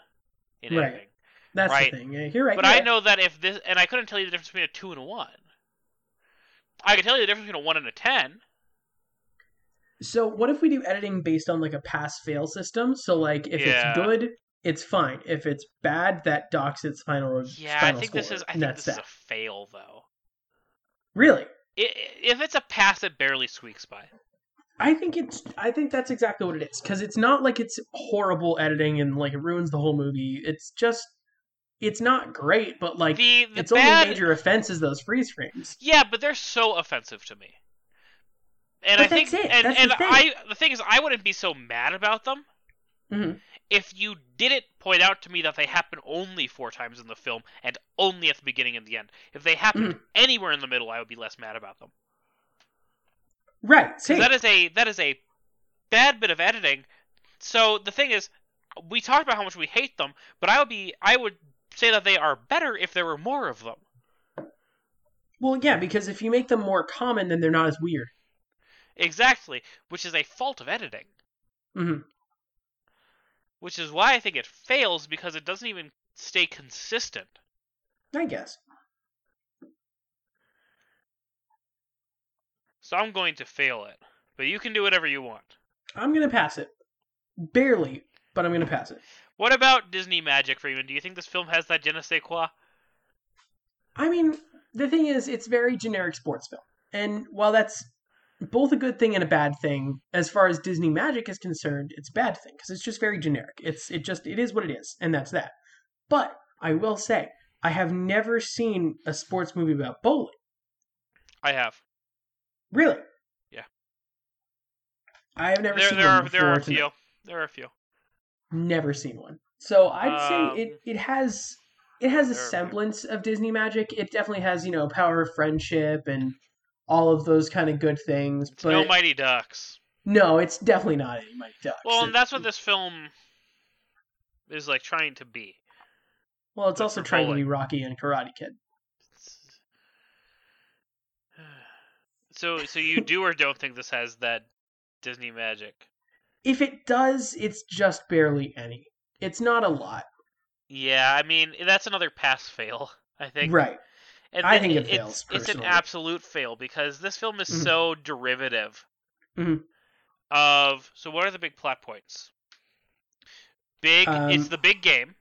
[SPEAKER 2] in
[SPEAKER 1] Right.
[SPEAKER 2] editing,
[SPEAKER 1] That's
[SPEAKER 2] Right.
[SPEAKER 1] the thing. Yeah, you're right.
[SPEAKER 2] but
[SPEAKER 1] you're
[SPEAKER 2] I
[SPEAKER 1] right.
[SPEAKER 2] know that if this, and I couldn't tell you the difference between a two and a one. I could tell you the difference between a one and a ten.
[SPEAKER 1] So what if we do editing based on like a pass fail system? So like if
[SPEAKER 2] Yeah.
[SPEAKER 1] it's good, it's fine. If it's bad, that docks its final re-
[SPEAKER 2] Yeah, I
[SPEAKER 1] final
[SPEAKER 2] think this
[SPEAKER 1] score,
[SPEAKER 2] is. I
[SPEAKER 1] and
[SPEAKER 2] think
[SPEAKER 1] that's
[SPEAKER 2] this is
[SPEAKER 1] that.
[SPEAKER 2] a fail though.
[SPEAKER 1] Really?
[SPEAKER 2] I- if it's a pass, it barely squeaks by.
[SPEAKER 1] I think it's I think that's exactly what it is cuz it's not like it's horrible editing and like it ruins the whole movie. It's just it's not great, but like
[SPEAKER 2] the the
[SPEAKER 1] its
[SPEAKER 2] bad,
[SPEAKER 1] only major offense is those freeze frames.
[SPEAKER 2] yeah, but they're so offensive to me And
[SPEAKER 3] But
[SPEAKER 2] I think,
[SPEAKER 3] that's it.
[SPEAKER 2] and,
[SPEAKER 3] That's the
[SPEAKER 2] and
[SPEAKER 3] thing.
[SPEAKER 2] I, the thing is, I wouldn't be so mad about them
[SPEAKER 3] Mm-hmm.
[SPEAKER 1] Mhm.
[SPEAKER 2] if you didn't point out to me that they happen only four times in the film and only at the beginning and the end. If they
[SPEAKER 3] Mm-hmm.
[SPEAKER 2] happened anywhere in the middle, I would be less mad about them.
[SPEAKER 1] Right.
[SPEAKER 2] So
[SPEAKER 1] Same.
[SPEAKER 2] that is a that is a bad bit of editing. So the thing is, we talked about how much we hate them, but I would be I would say that they are better if there were more of them.
[SPEAKER 1] well, yeah, because if you make them more common, then they're not as weird.
[SPEAKER 2] Exactly, which is a fault of editing.
[SPEAKER 1] Mhm.
[SPEAKER 2] Which is why I think it fails because it doesn't even stay consistent.
[SPEAKER 1] I guess.
[SPEAKER 2] So I'm going to fail it. But you can do whatever you want.
[SPEAKER 1] I'm gonna pass it. Barely, but I'm gonna pass it.
[SPEAKER 2] What about Disney Magic, Freeman? Do you think this film has that je ne sais quoi?
[SPEAKER 1] I mean, the thing is, it's very generic sports film, and while that's both a good thing and a bad thing, as far as Disney magic is concerned, it's a bad thing because it's just very generic. It's it just it is what it is, and that's that. But I will say, I have never seen a sports movie about bowling.
[SPEAKER 2] I have.
[SPEAKER 1] Really?
[SPEAKER 2] Yeah.
[SPEAKER 1] I have never
[SPEAKER 2] There,
[SPEAKER 1] seen
[SPEAKER 2] there
[SPEAKER 1] one
[SPEAKER 2] are there
[SPEAKER 1] before
[SPEAKER 2] are a
[SPEAKER 1] tonight.
[SPEAKER 2] few. There are a few.
[SPEAKER 1] Never seen one. So I'd
[SPEAKER 2] Um,
[SPEAKER 1] say it, it has it has a
[SPEAKER 2] there are a few.
[SPEAKER 1] semblance of Disney magic. It definitely has, you know, power of friendship and all of those kind of good things. But
[SPEAKER 2] no Mighty Ducks.
[SPEAKER 1] no, it's definitely not any Mike Ducks.
[SPEAKER 2] Well,
[SPEAKER 1] It-
[SPEAKER 2] and that's what this film is like trying to be.
[SPEAKER 1] well, it's
[SPEAKER 2] that's
[SPEAKER 1] also
[SPEAKER 2] for
[SPEAKER 1] trying to
[SPEAKER 2] bowling.
[SPEAKER 1] be Rocky and Karate Kid.
[SPEAKER 2] So, so you do or don't think this has that Disney magic?
[SPEAKER 1] If it does, it's just barely any. It's not a lot,
[SPEAKER 2] Yeah, I mean that's another pass fail. I think.
[SPEAKER 1] right?
[SPEAKER 2] And
[SPEAKER 1] I
[SPEAKER 2] th-
[SPEAKER 1] think it
[SPEAKER 2] it's-
[SPEAKER 1] fails,
[SPEAKER 2] It's, an
[SPEAKER 1] personally.
[SPEAKER 2] absolute fail because this film is
[SPEAKER 1] Mhm.
[SPEAKER 2] so derivative
[SPEAKER 1] Mhm.
[SPEAKER 2] of. So, what are the big plot points? Big. it's
[SPEAKER 1] Um,
[SPEAKER 2] the big game.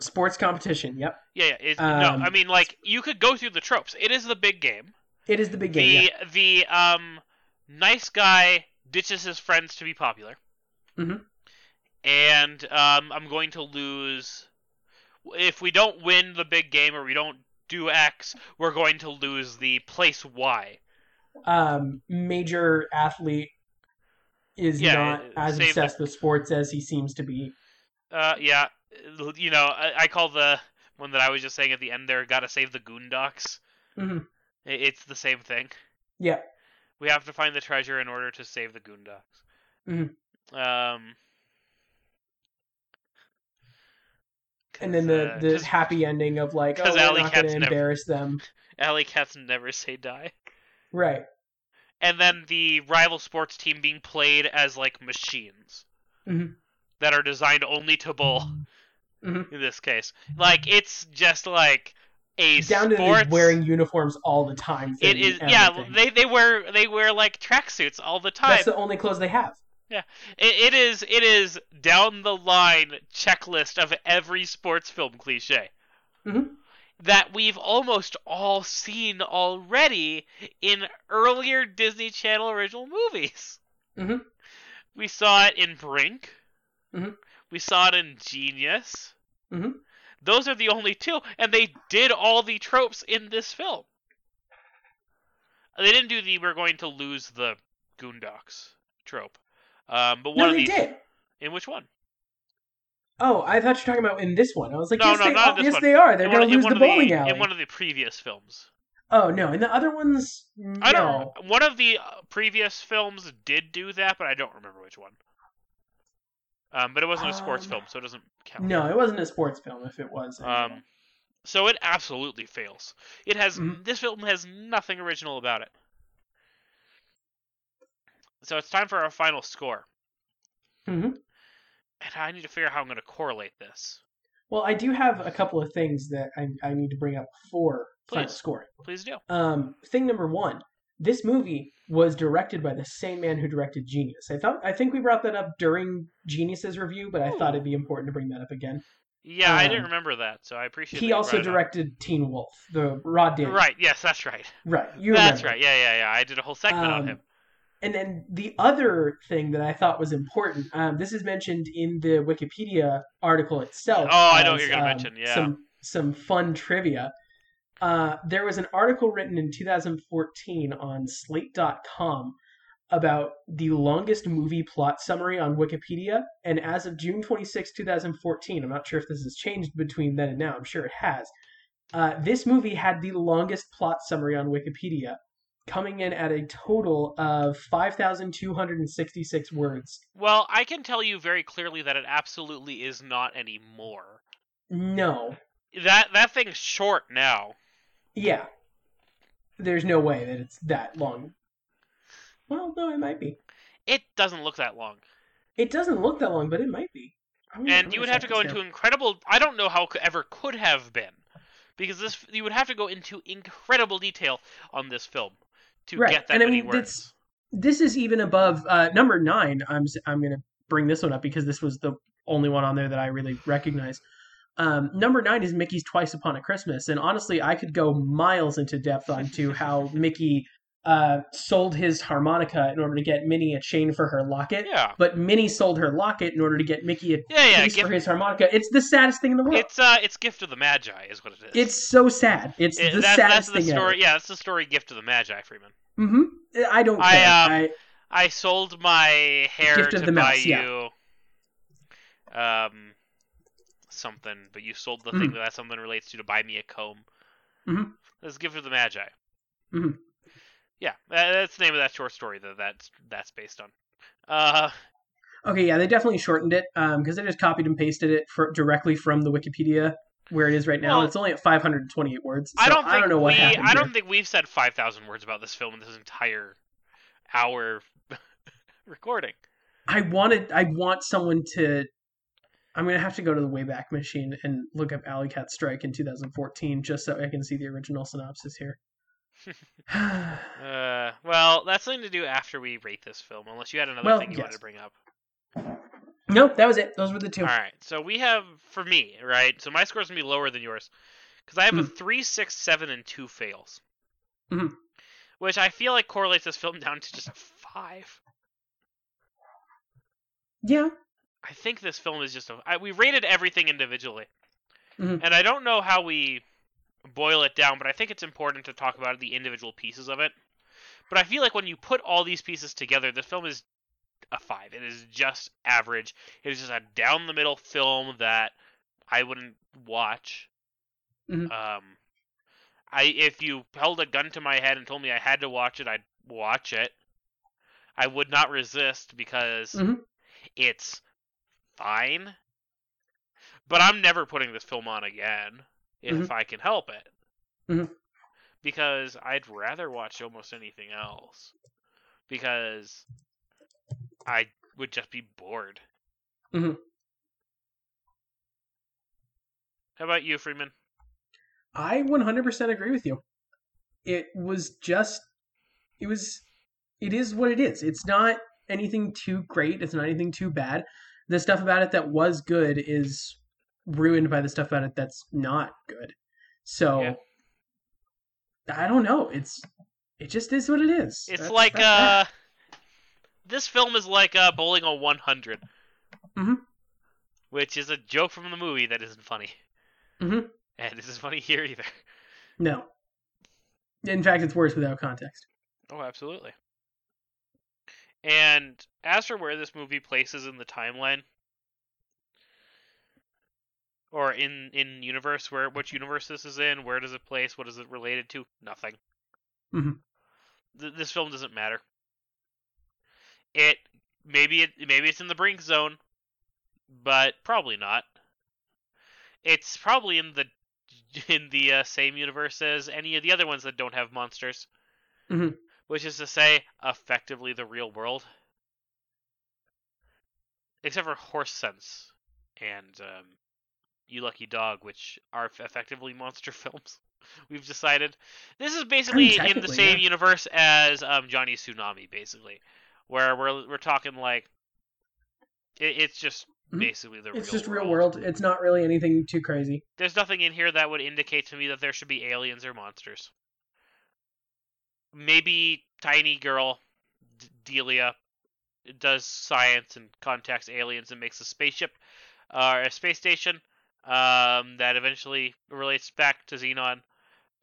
[SPEAKER 1] Sports competition. Yep,
[SPEAKER 2] Yeah, yeah. It's, no, I
[SPEAKER 1] um,
[SPEAKER 2] mean like you could go through the tropes. It is the big game.
[SPEAKER 1] it is the big game.
[SPEAKER 2] the the um nice guy ditches his friends to be popular.
[SPEAKER 1] Mhm.
[SPEAKER 2] And um, I'm going to lose. If we don't win the big game or we don't do X, we're going to lose the place Y.
[SPEAKER 1] yeah. Um, major athlete is
[SPEAKER 2] Yeah,
[SPEAKER 1] not
[SPEAKER 2] uh,
[SPEAKER 1] as
[SPEAKER 2] save
[SPEAKER 1] obsessed with sports as he seems to be.
[SPEAKER 2] Uh, yeah, you know, I, I call the one that I was just saying at the end there. Got to save the Goondocks.
[SPEAKER 1] Mhm.
[SPEAKER 2] I- It's the same thing.
[SPEAKER 1] Yeah.
[SPEAKER 2] We have to find the treasure in order to save the Goondocks.
[SPEAKER 1] Mhm.
[SPEAKER 2] Um.
[SPEAKER 1] and then the, the happy ending of like, oh,
[SPEAKER 2] uh, 'cause
[SPEAKER 1] we're
[SPEAKER 2] alley
[SPEAKER 1] not going
[SPEAKER 2] cats
[SPEAKER 1] to
[SPEAKER 2] never-
[SPEAKER 1] embarrass them,
[SPEAKER 2] alley cats never say die,
[SPEAKER 1] right?
[SPEAKER 2] and then the rival sports team being played as like machines
[SPEAKER 1] Mhm.
[SPEAKER 2] that are designed only to bowl.
[SPEAKER 1] Mhm.
[SPEAKER 2] In this case, like it's just like a
[SPEAKER 1] Down to
[SPEAKER 2] sports
[SPEAKER 1] the wearing uniforms all the time.
[SPEAKER 2] It
[SPEAKER 1] thing,
[SPEAKER 2] is yeah.
[SPEAKER 1] everything.
[SPEAKER 2] They they wear they wear like tracksuits all the time.
[SPEAKER 1] that's the only clothes they have.
[SPEAKER 2] It, it is it is down the line checklist of every sports film cliche
[SPEAKER 1] Mhm.
[SPEAKER 2] that we've almost all seen already in earlier Disney Channel original movies.
[SPEAKER 1] Mhm.
[SPEAKER 2] We saw it in Brink.
[SPEAKER 1] Mhm.
[SPEAKER 2] We saw it in Genius.
[SPEAKER 1] Mhm.
[SPEAKER 2] Those are the only two, and they did all the tropes in this film. They didn't do the "we're going to lose the Goondocks" trope, um, but one
[SPEAKER 1] no,
[SPEAKER 2] of
[SPEAKER 1] they
[SPEAKER 2] these.
[SPEAKER 1] did.
[SPEAKER 2] In which one?
[SPEAKER 1] Oh, I thought you were talking about in this one. I was like,
[SPEAKER 2] No,
[SPEAKER 1] yes,
[SPEAKER 2] no,
[SPEAKER 1] they
[SPEAKER 2] not
[SPEAKER 1] are.
[SPEAKER 2] in
[SPEAKER 1] yes,
[SPEAKER 2] this one.
[SPEAKER 1] they are. They're
[SPEAKER 2] in one,
[SPEAKER 1] going
[SPEAKER 2] in
[SPEAKER 1] to lose
[SPEAKER 2] one
[SPEAKER 1] the
[SPEAKER 2] of
[SPEAKER 1] bowling
[SPEAKER 2] the,
[SPEAKER 1] alley.
[SPEAKER 2] In one of the previous films.
[SPEAKER 1] Oh no, and the other ones. No.
[SPEAKER 2] I don't. One of the uh, previous films did do that, but I don't remember which one. Um, but it wasn't a sports
[SPEAKER 1] Um,
[SPEAKER 2] film, so it doesn't count.
[SPEAKER 1] No, it wasn't a sports film. If it was,
[SPEAKER 2] Um, so it absolutely fails. It has
[SPEAKER 1] Mhm.
[SPEAKER 2] this film has nothing original about it. So it's time for our final score.
[SPEAKER 1] Mhm.
[SPEAKER 2] And I need to figure out how I'm going to correlate this.
[SPEAKER 1] well, I do have a couple of things that I, I need to bring up for final
[SPEAKER 2] Please.
[SPEAKER 1] scoring.
[SPEAKER 2] Please do.
[SPEAKER 1] Um, thing number one: this movie was directed by the same man who directed Genius. I thought I think we brought that up during Genius's review, but I thought it'd be important to bring that up again.
[SPEAKER 2] Yeah, I didn't
[SPEAKER 1] Um,
[SPEAKER 2] remember that, so I appreciate. that
[SPEAKER 1] He
[SPEAKER 2] you
[SPEAKER 1] also
[SPEAKER 2] brought it up.
[SPEAKER 1] directed Teen Wolf, the Rod Danny.
[SPEAKER 2] Right. Yes, that's right.
[SPEAKER 1] right. You
[SPEAKER 2] that's
[SPEAKER 1] remember.
[SPEAKER 2] right. Yeah, yeah, yeah. I did a whole segment on
[SPEAKER 1] Um,
[SPEAKER 2] him.
[SPEAKER 1] And then the other thing that I thought was important, um, this is mentioned in the Wikipedia article itself.
[SPEAKER 2] Oh, I know what
[SPEAKER 1] as,
[SPEAKER 2] you're gonna
[SPEAKER 1] um,
[SPEAKER 2] mention, yeah.
[SPEAKER 1] some some fun trivia. Uh, there was an article written in 2014 on Slate.com about the longest movie plot summary on Wikipedia, and as of June 26, 2014, I'm not sure if this has changed between then and now, I'm sure it has. Uh, this movie had the longest plot summary on Wikipedia, coming in at a total of 5,266 words.
[SPEAKER 2] Well, I can tell you very clearly that it absolutely is not anymore.
[SPEAKER 1] No.
[SPEAKER 2] That that thing's short now.
[SPEAKER 1] Yeah. There's no way that it's that long. Well, no, it might be.
[SPEAKER 2] It doesn't look that long.
[SPEAKER 1] It doesn't look that long, but it might be. I don't
[SPEAKER 2] And
[SPEAKER 1] know
[SPEAKER 2] you would
[SPEAKER 1] if
[SPEAKER 2] have to
[SPEAKER 1] that
[SPEAKER 2] go
[SPEAKER 1] is
[SPEAKER 2] into incredible I don't know how it ever could have been because this you would have to go into incredible detail on this film to
[SPEAKER 1] Right,
[SPEAKER 2] get that
[SPEAKER 1] and I
[SPEAKER 2] many
[SPEAKER 1] mean,
[SPEAKER 2] words.
[SPEAKER 1] that's- this is even above uh, number nine. I'm s- I'm gonna bring this one up because this was the only one on there that I really recognized. Um, number nine is Mickey's Twice Upon a Christmas, and honestly, I could go miles into depth onto how Mickey uh, sold his harmonica in order to get Minnie a chain for her locket.
[SPEAKER 2] Yeah.
[SPEAKER 1] But Minnie sold her locket in order to get Mickey a
[SPEAKER 2] Yeah, yeah,
[SPEAKER 1] piece
[SPEAKER 2] gift,
[SPEAKER 1] for his harmonica. It's the saddest thing in the world. It's,
[SPEAKER 2] it's uh it's gift of the magi is what it is.
[SPEAKER 1] so sad. It's
[SPEAKER 2] It-
[SPEAKER 1] the
[SPEAKER 2] that's, that's
[SPEAKER 1] saddest
[SPEAKER 2] the
[SPEAKER 1] thing
[SPEAKER 2] story. Yeah, that's the story gift of the magi, Freeman.
[SPEAKER 1] ever. hmm I don't care.
[SPEAKER 2] I, um,
[SPEAKER 1] I-
[SPEAKER 2] I sold my hair
[SPEAKER 1] Gift
[SPEAKER 2] to
[SPEAKER 1] of the
[SPEAKER 2] buy
[SPEAKER 1] mouse, yeah.
[SPEAKER 2] you um something, but you sold the
[SPEAKER 1] Mm-hmm.
[SPEAKER 2] thing that that something relates to to buy me a comb.
[SPEAKER 1] Mhm.
[SPEAKER 2] That's gift of the magi.
[SPEAKER 1] Mhm.
[SPEAKER 2] Yeah, that, that's the name of that short story that that's that's based on. Uh,
[SPEAKER 1] Okay, yeah, they definitely shortened it because they just copied and pasted it for, directly from the Wikipedia where it is right now.
[SPEAKER 2] Well-
[SPEAKER 1] it's only at 528 words. So
[SPEAKER 2] I don't think
[SPEAKER 1] know what
[SPEAKER 2] we
[SPEAKER 1] happened.
[SPEAKER 2] I don't
[SPEAKER 1] here.
[SPEAKER 2] think we've said five thousand words about this film in this entire hour recording.
[SPEAKER 1] I wanted. I want someone to. I'm gonna have to go to the Wayback Machine and look up Alley Cat Strike in 2014 just so I can see the original synopsis here.
[SPEAKER 2] Uh, well, that's something to do after we rate this film, unless you had another
[SPEAKER 1] Well,
[SPEAKER 2] thing you wanted
[SPEAKER 1] yes.
[SPEAKER 2] to bring up.
[SPEAKER 1] nope, that was it. Those were the two.
[SPEAKER 2] All right, so we have for me, right? So my score's gonna be lower than yours because I have a three, six, seven, and two fails,
[SPEAKER 1] Mhm.
[SPEAKER 2] which I feel like correlates this film down to just a five.
[SPEAKER 1] Yeah,
[SPEAKER 2] I think this film is just a. I, we rated everything individually,
[SPEAKER 1] Mhm.
[SPEAKER 2] and I don't know how we boil it down, but I think it's important to talk about the individual pieces of it. But I feel like when you put all these pieces together, the film is a five. It is just average. It is just a down the middle film that I wouldn't watch.
[SPEAKER 1] Mhm.
[SPEAKER 2] Um, I if you held a gun to my head and told me I had to watch it, I'd watch it. I would not resist because
[SPEAKER 1] Mhm.
[SPEAKER 2] it's fine. But I'm never putting this film on again if
[SPEAKER 1] Mhm.
[SPEAKER 2] I can help it.
[SPEAKER 1] Mhm.
[SPEAKER 2] Because I'd rather watch almost anything else. Because I would just be bored.
[SPEAKER 1] Mhm.
[SPEAKER 2] How about you, Freeman?
[SPEAKER 1] I 100% agree with you. It was just, it was, it is what it is. It's not anything too great. It's not anything too bad. The stuff about it that was good is ruined by the stuff about it that's not good. So,
[SPEAKER 2] Yeah.
[SPEAKER 1] I don't know. It's, it just is what it is.
[SPEAKER 2] It's
[SPEAKER 1] That's-
[SPEAKER 2] like
[SPEAKER 1] that's that.
[SPEAKER 2] uh, this film is like uh, bowling a 100,
[SPEAKER 1] Mhm.
[SPEAKER 2] which is a joke from the movie that isn't funny,
[SPEAKER 1] Mhm.
[SPEAKER 2] and this is funny here either.
[SPEAKER 1] No. In fact, it's worse without context.
[SPEAKER 2] Oh, absolutely. And as for where this movie places in the timeline, or in in universe, where which universe this is in, where does it place, what is it related to? Nothing.
[SPEAKER 1] Mhm.
[SPEAKER 2] Th- this film doesn't matter. It maybe it maybe it's in the brink zone, but probably not. It's probably in the in the uh, same universe as any of the other ones that don't have monsters which is to say, effectively the real world, except for horse sense and um, you lucky dog, which are f- effectively monster films. We've decided this is basically in the
[SPEAKER 1] technically,
[SPEAKER 2] same
[SPEAKER 1] yeah.
[SPEAKER 2] universe as um, Johnny Tsunami, basically, where we're we're talking like it, it's just
[SPEAKER 1] Mhm.
[SPEAKER 2] basically the
[SPEAKER 1] It's
[SPEAKER 2] real
[SPEAKER 1] just real world. It's not really anything too crazy.
[SPEAKER 2] there's nothing in here that would indicate to me that there should be aliens or monsters. Maybe tiny girl D- Delia does science and contacts aliens and makes a spaceship uh, a space station um, that eventually relates back to Xenon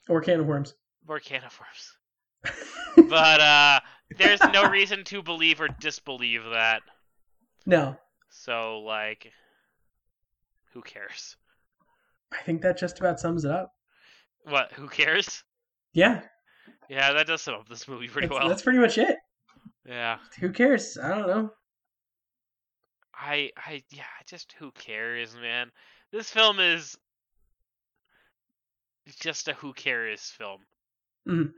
[SPEAKER 1] Or can of worms.
[SPEAKER 2] or caniforms. but uh, there's no reason to believe or disbelieve that.
[SPEAKER 1] No,
[SPEAKER 2] So like, who cares?
[SPEAKER 1] I think that just about sums it up.
[SPEAKER 2] What? Who cares?
[SPEAKER 1] Yeah,
[SPEAKER 2] Yeah, that does sum up this movie pretty
[SPEAKER 1] that's,
[SPEAKER 2] well.
[SPEAKER 1] that's pretty much it.
[SPEAKER 2] Yeah,
[SPEAKER 1] Who cares? I don't know.
[SPEAKER 2] I, I, yeah, just who cares, man? This film is just a who cares film.
[SPEAKER 1] Mhm.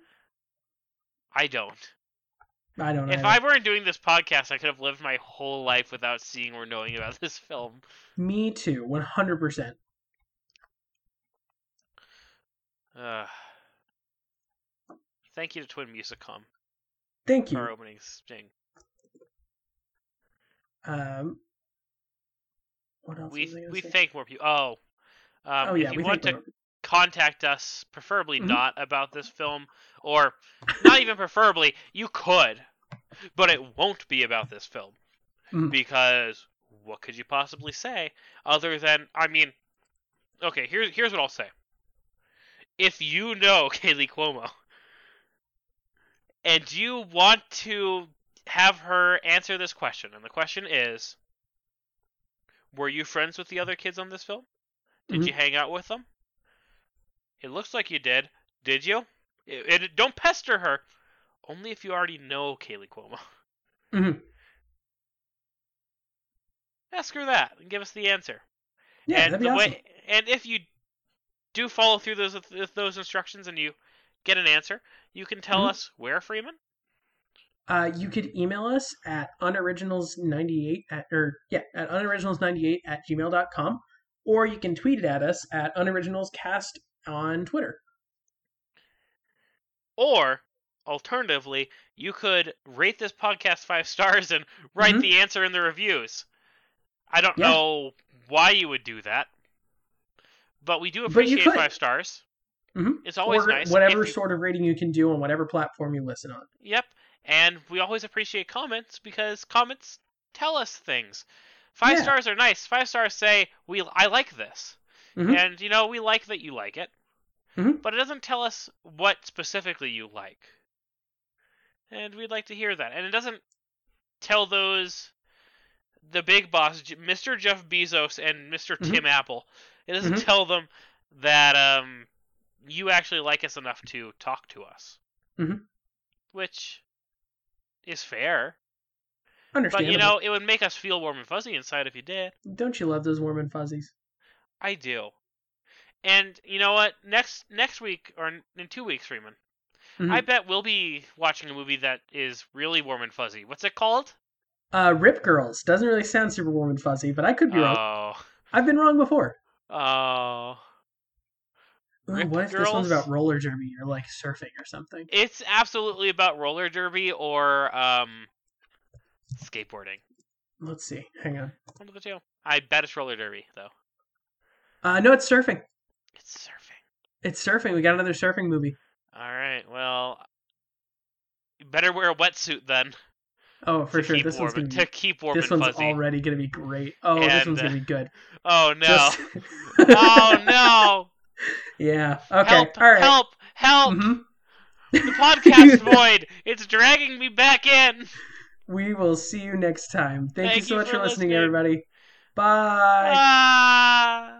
[SPEAKER 2] I don't.
[SPEAKER 1] I don't know.
[SPEAKER 2] If I weren't doing this podcast, I could have lived my whole life without seeing or knowing about this film.
[SPEAKER 1] Me too, one hundred percent.
[SPEAKER 2] Uh, thank you to Twin Musicom
[SPEAKER 1] Thank
[SPEAKER 2] for
[SPEAKER 1] you.
[SPEAKER 2] our opening sting.
[SPEAKER 1] Um, what else?
[SPEAKER 2] We
[SPEAKER 1] was I gonna
[SPEAKER 2] we
[SPEAKER 1] say?
[SPEAKER 2] thank more people. Oh, um,
[SPEAKER 1] oh
[SPEAKER 2] if
[SPEAKER 1] yeah,
[SPEAKER 2] you
[SPEAKER 1] we
[SPEAKER 2] want
[SPEAKER 1] thank
[SPEAKER 2] to
[SPEAKER 1] them.
[SPEAKER 2] contact us, preferably
[SPEAKER 1] Mhm.
[SPEAKER 2] not about this film, or not even preferably, you could, but it won't be about this film
[SPEAKER 1] Mhm.
[SPEAKER 2] because what could you possibly say other than I mean, okay, here's here's what I'll say. If you know Kaylee Cuomo and you want to have her answer this question, and the question is, were you friends with the other kids on this film? Did
[SPEAKER 1] Mhm.
[SPEAKER 2] you hang out with them? It looks like you did. Did you? It, it- don't pester her. Only if you already know Kaylee Cuomo.
[SPEAKER 1] Mhm.
[SPEAKER 2] Ask her that and give us the answer.
[SPEAKER 1] Yeah,
[SPEAKER 2] and
[SPEAKER 1] that'd be
[SPEAKER 2] the
[SPEAKER 1] awesome.
[SPEAKER 2] way, and if you do follow through those with those instructions and you get an answer, you can tell
[SPEAKER 1] Mhm.
[SPEAKER 2] us where Freeman.
[SPEAKER 1] Uh, you could email us at unoriginals98 at, or yeah, at unoriginals98 at gmail.com, or you can tweet it at us at unoriginalscast on Twitter.
[SPEAKER 2] Or alternatively, you could rate this podcast five stars and write
[SPEAKER 1] Mhm.
[SPEAKER 2] the answer in the reviews. I don't
[SPEAKER 1] Yeah.
[SPEAKER 2] know why you would do that, but we do
[SPEAKER 1] But you
[SPEAKER 2] appreciate
[SPEAKER 1] could.
[SPEAKER 2] five stars.
[SPEAKER 1] Mhm.
[SPEAKER 2] It's always
[SPEAKER 1] or
[SPEAKER 2] nice.
[SPEAKER 1] whatever
[SPEAKER 2] if you-
[SPEAKER 1] sort of rating you can do on whatever platform you listen on.
[SPEAKER 2] Yep. And we always appreciate comments because comments tell us things. Five
[SPEAKER 1] Yeah.
[SPEAKER 2] stars are nice. Five stars say we I like this.
[SPEAKER 1] Mhm.
[SPEAKER 2] And you know, we like that you like it.
[SPEAKER 1] Mhm.
[SPEAKER 2] But it doesn't tell us what specifically you like. And we'd like to hear that. And it doesn't tell those the big boss J- Mr. Jeff Bezos and mister
[SPEAKER 1] Mhm.
[SPEAKER 2] Tim Apple. It doesn't
[SPEAKER 1] Mhm.
[SPEAKER 2] tell them that um you actually like us enough to talk to us.
[SPEAKER 1] Mhm.
[SPEAKER 2] Which is fair. But
[SPEAKER 1] Understandable.
[SPEAKER 2] you know, it would make us feel warm and fuzzy inside if you did.
[SPEAKER 1] don't you love those warm and fuzzies?
[SPEAKER 2] I do. And you know what? Next next week or in- in two weeks, Freeman,
[SPEAKER 1] Mhm.
[SPEAKER 2] I bet we'll be watching a movie that is really warm and fuzzy. What's it called?
[SPEAKER 1] Uh, Rip Girls doesn't really sound super warm and fuzzy, but I could be wrong.
[SPEAKER 2] Oh,
[SPEAKER 1] I've been wrong before.
[SPEAKER 2] oh,
[SPEAKER 1] Ooh,
[SPEAKER 2] Rip
[SPEAKER 1] what if this
[SPEAKER 2] Girls?
[SPEAKER 1] one's about roller derby or like surfing or something?
[SPEAKER 2] it's absolutely about roller derby or um skateboarding.
[SPEAKER 1] Let's see. Hang on.
[SPEAKER 2] One of the two. I bet it's roller derby though.
[SPEAKER 1] Uh, no, it's surfing.
[SPEAKER 2] It's surfing.
[SPEAKER 1] It's surfing. We got another surfing movie.
[SPEAKER 2] All right. Well, you better wear a wetsuit then.
[SPEAKER 1] Oh, for
[SPEAKER 2] to
[SPEAKER 1] sure.
[SPEAKER 2] Keep
[SPEAKER 1] This
[SPEAKER 2] warm,
[SPEAKER 1] one's gonna be
[SPEAKER 2] to keep warm
[SPEAKER 1] this
[SPEAKER 2] and
[SPEAKER 1] one's
[SPEAKER 2] fuzzy.
[SPEAKER 1] already gonna be great. Oh, this
[SPEAKER 2] And,
[SPEAKER 1] one's
[SPEAKER 2] uh,
[SPEAKER 1] gonna be good.
[SPEAKER 2] Oh no.
[SPEAKER 1] Just-
[SPEAKER 2] oh no.
[SPEAKER 1] yeah. Okay.
[SPEAKER 2] Help,
[SPEAKER 1] All right.
[SPEAKER 2] help, help.
[SPEAKER 1] Mhm.
[SPEAKER 2] The podcast void. It's dragging me back in.
[SPEAKER 1] We will see you next time. Thank,
[SPEAKER 2] Thank
[SPEAKER 1] you so
[SPEAKER 2] you
[SPEAKER 1] much
[SPEAKER 2] for
[SPEAKER 1] for listening,
[SPEAKER 2] listening.
[SPEAKER 1] everybody. Bye.
[SPEAKER 2] Ah.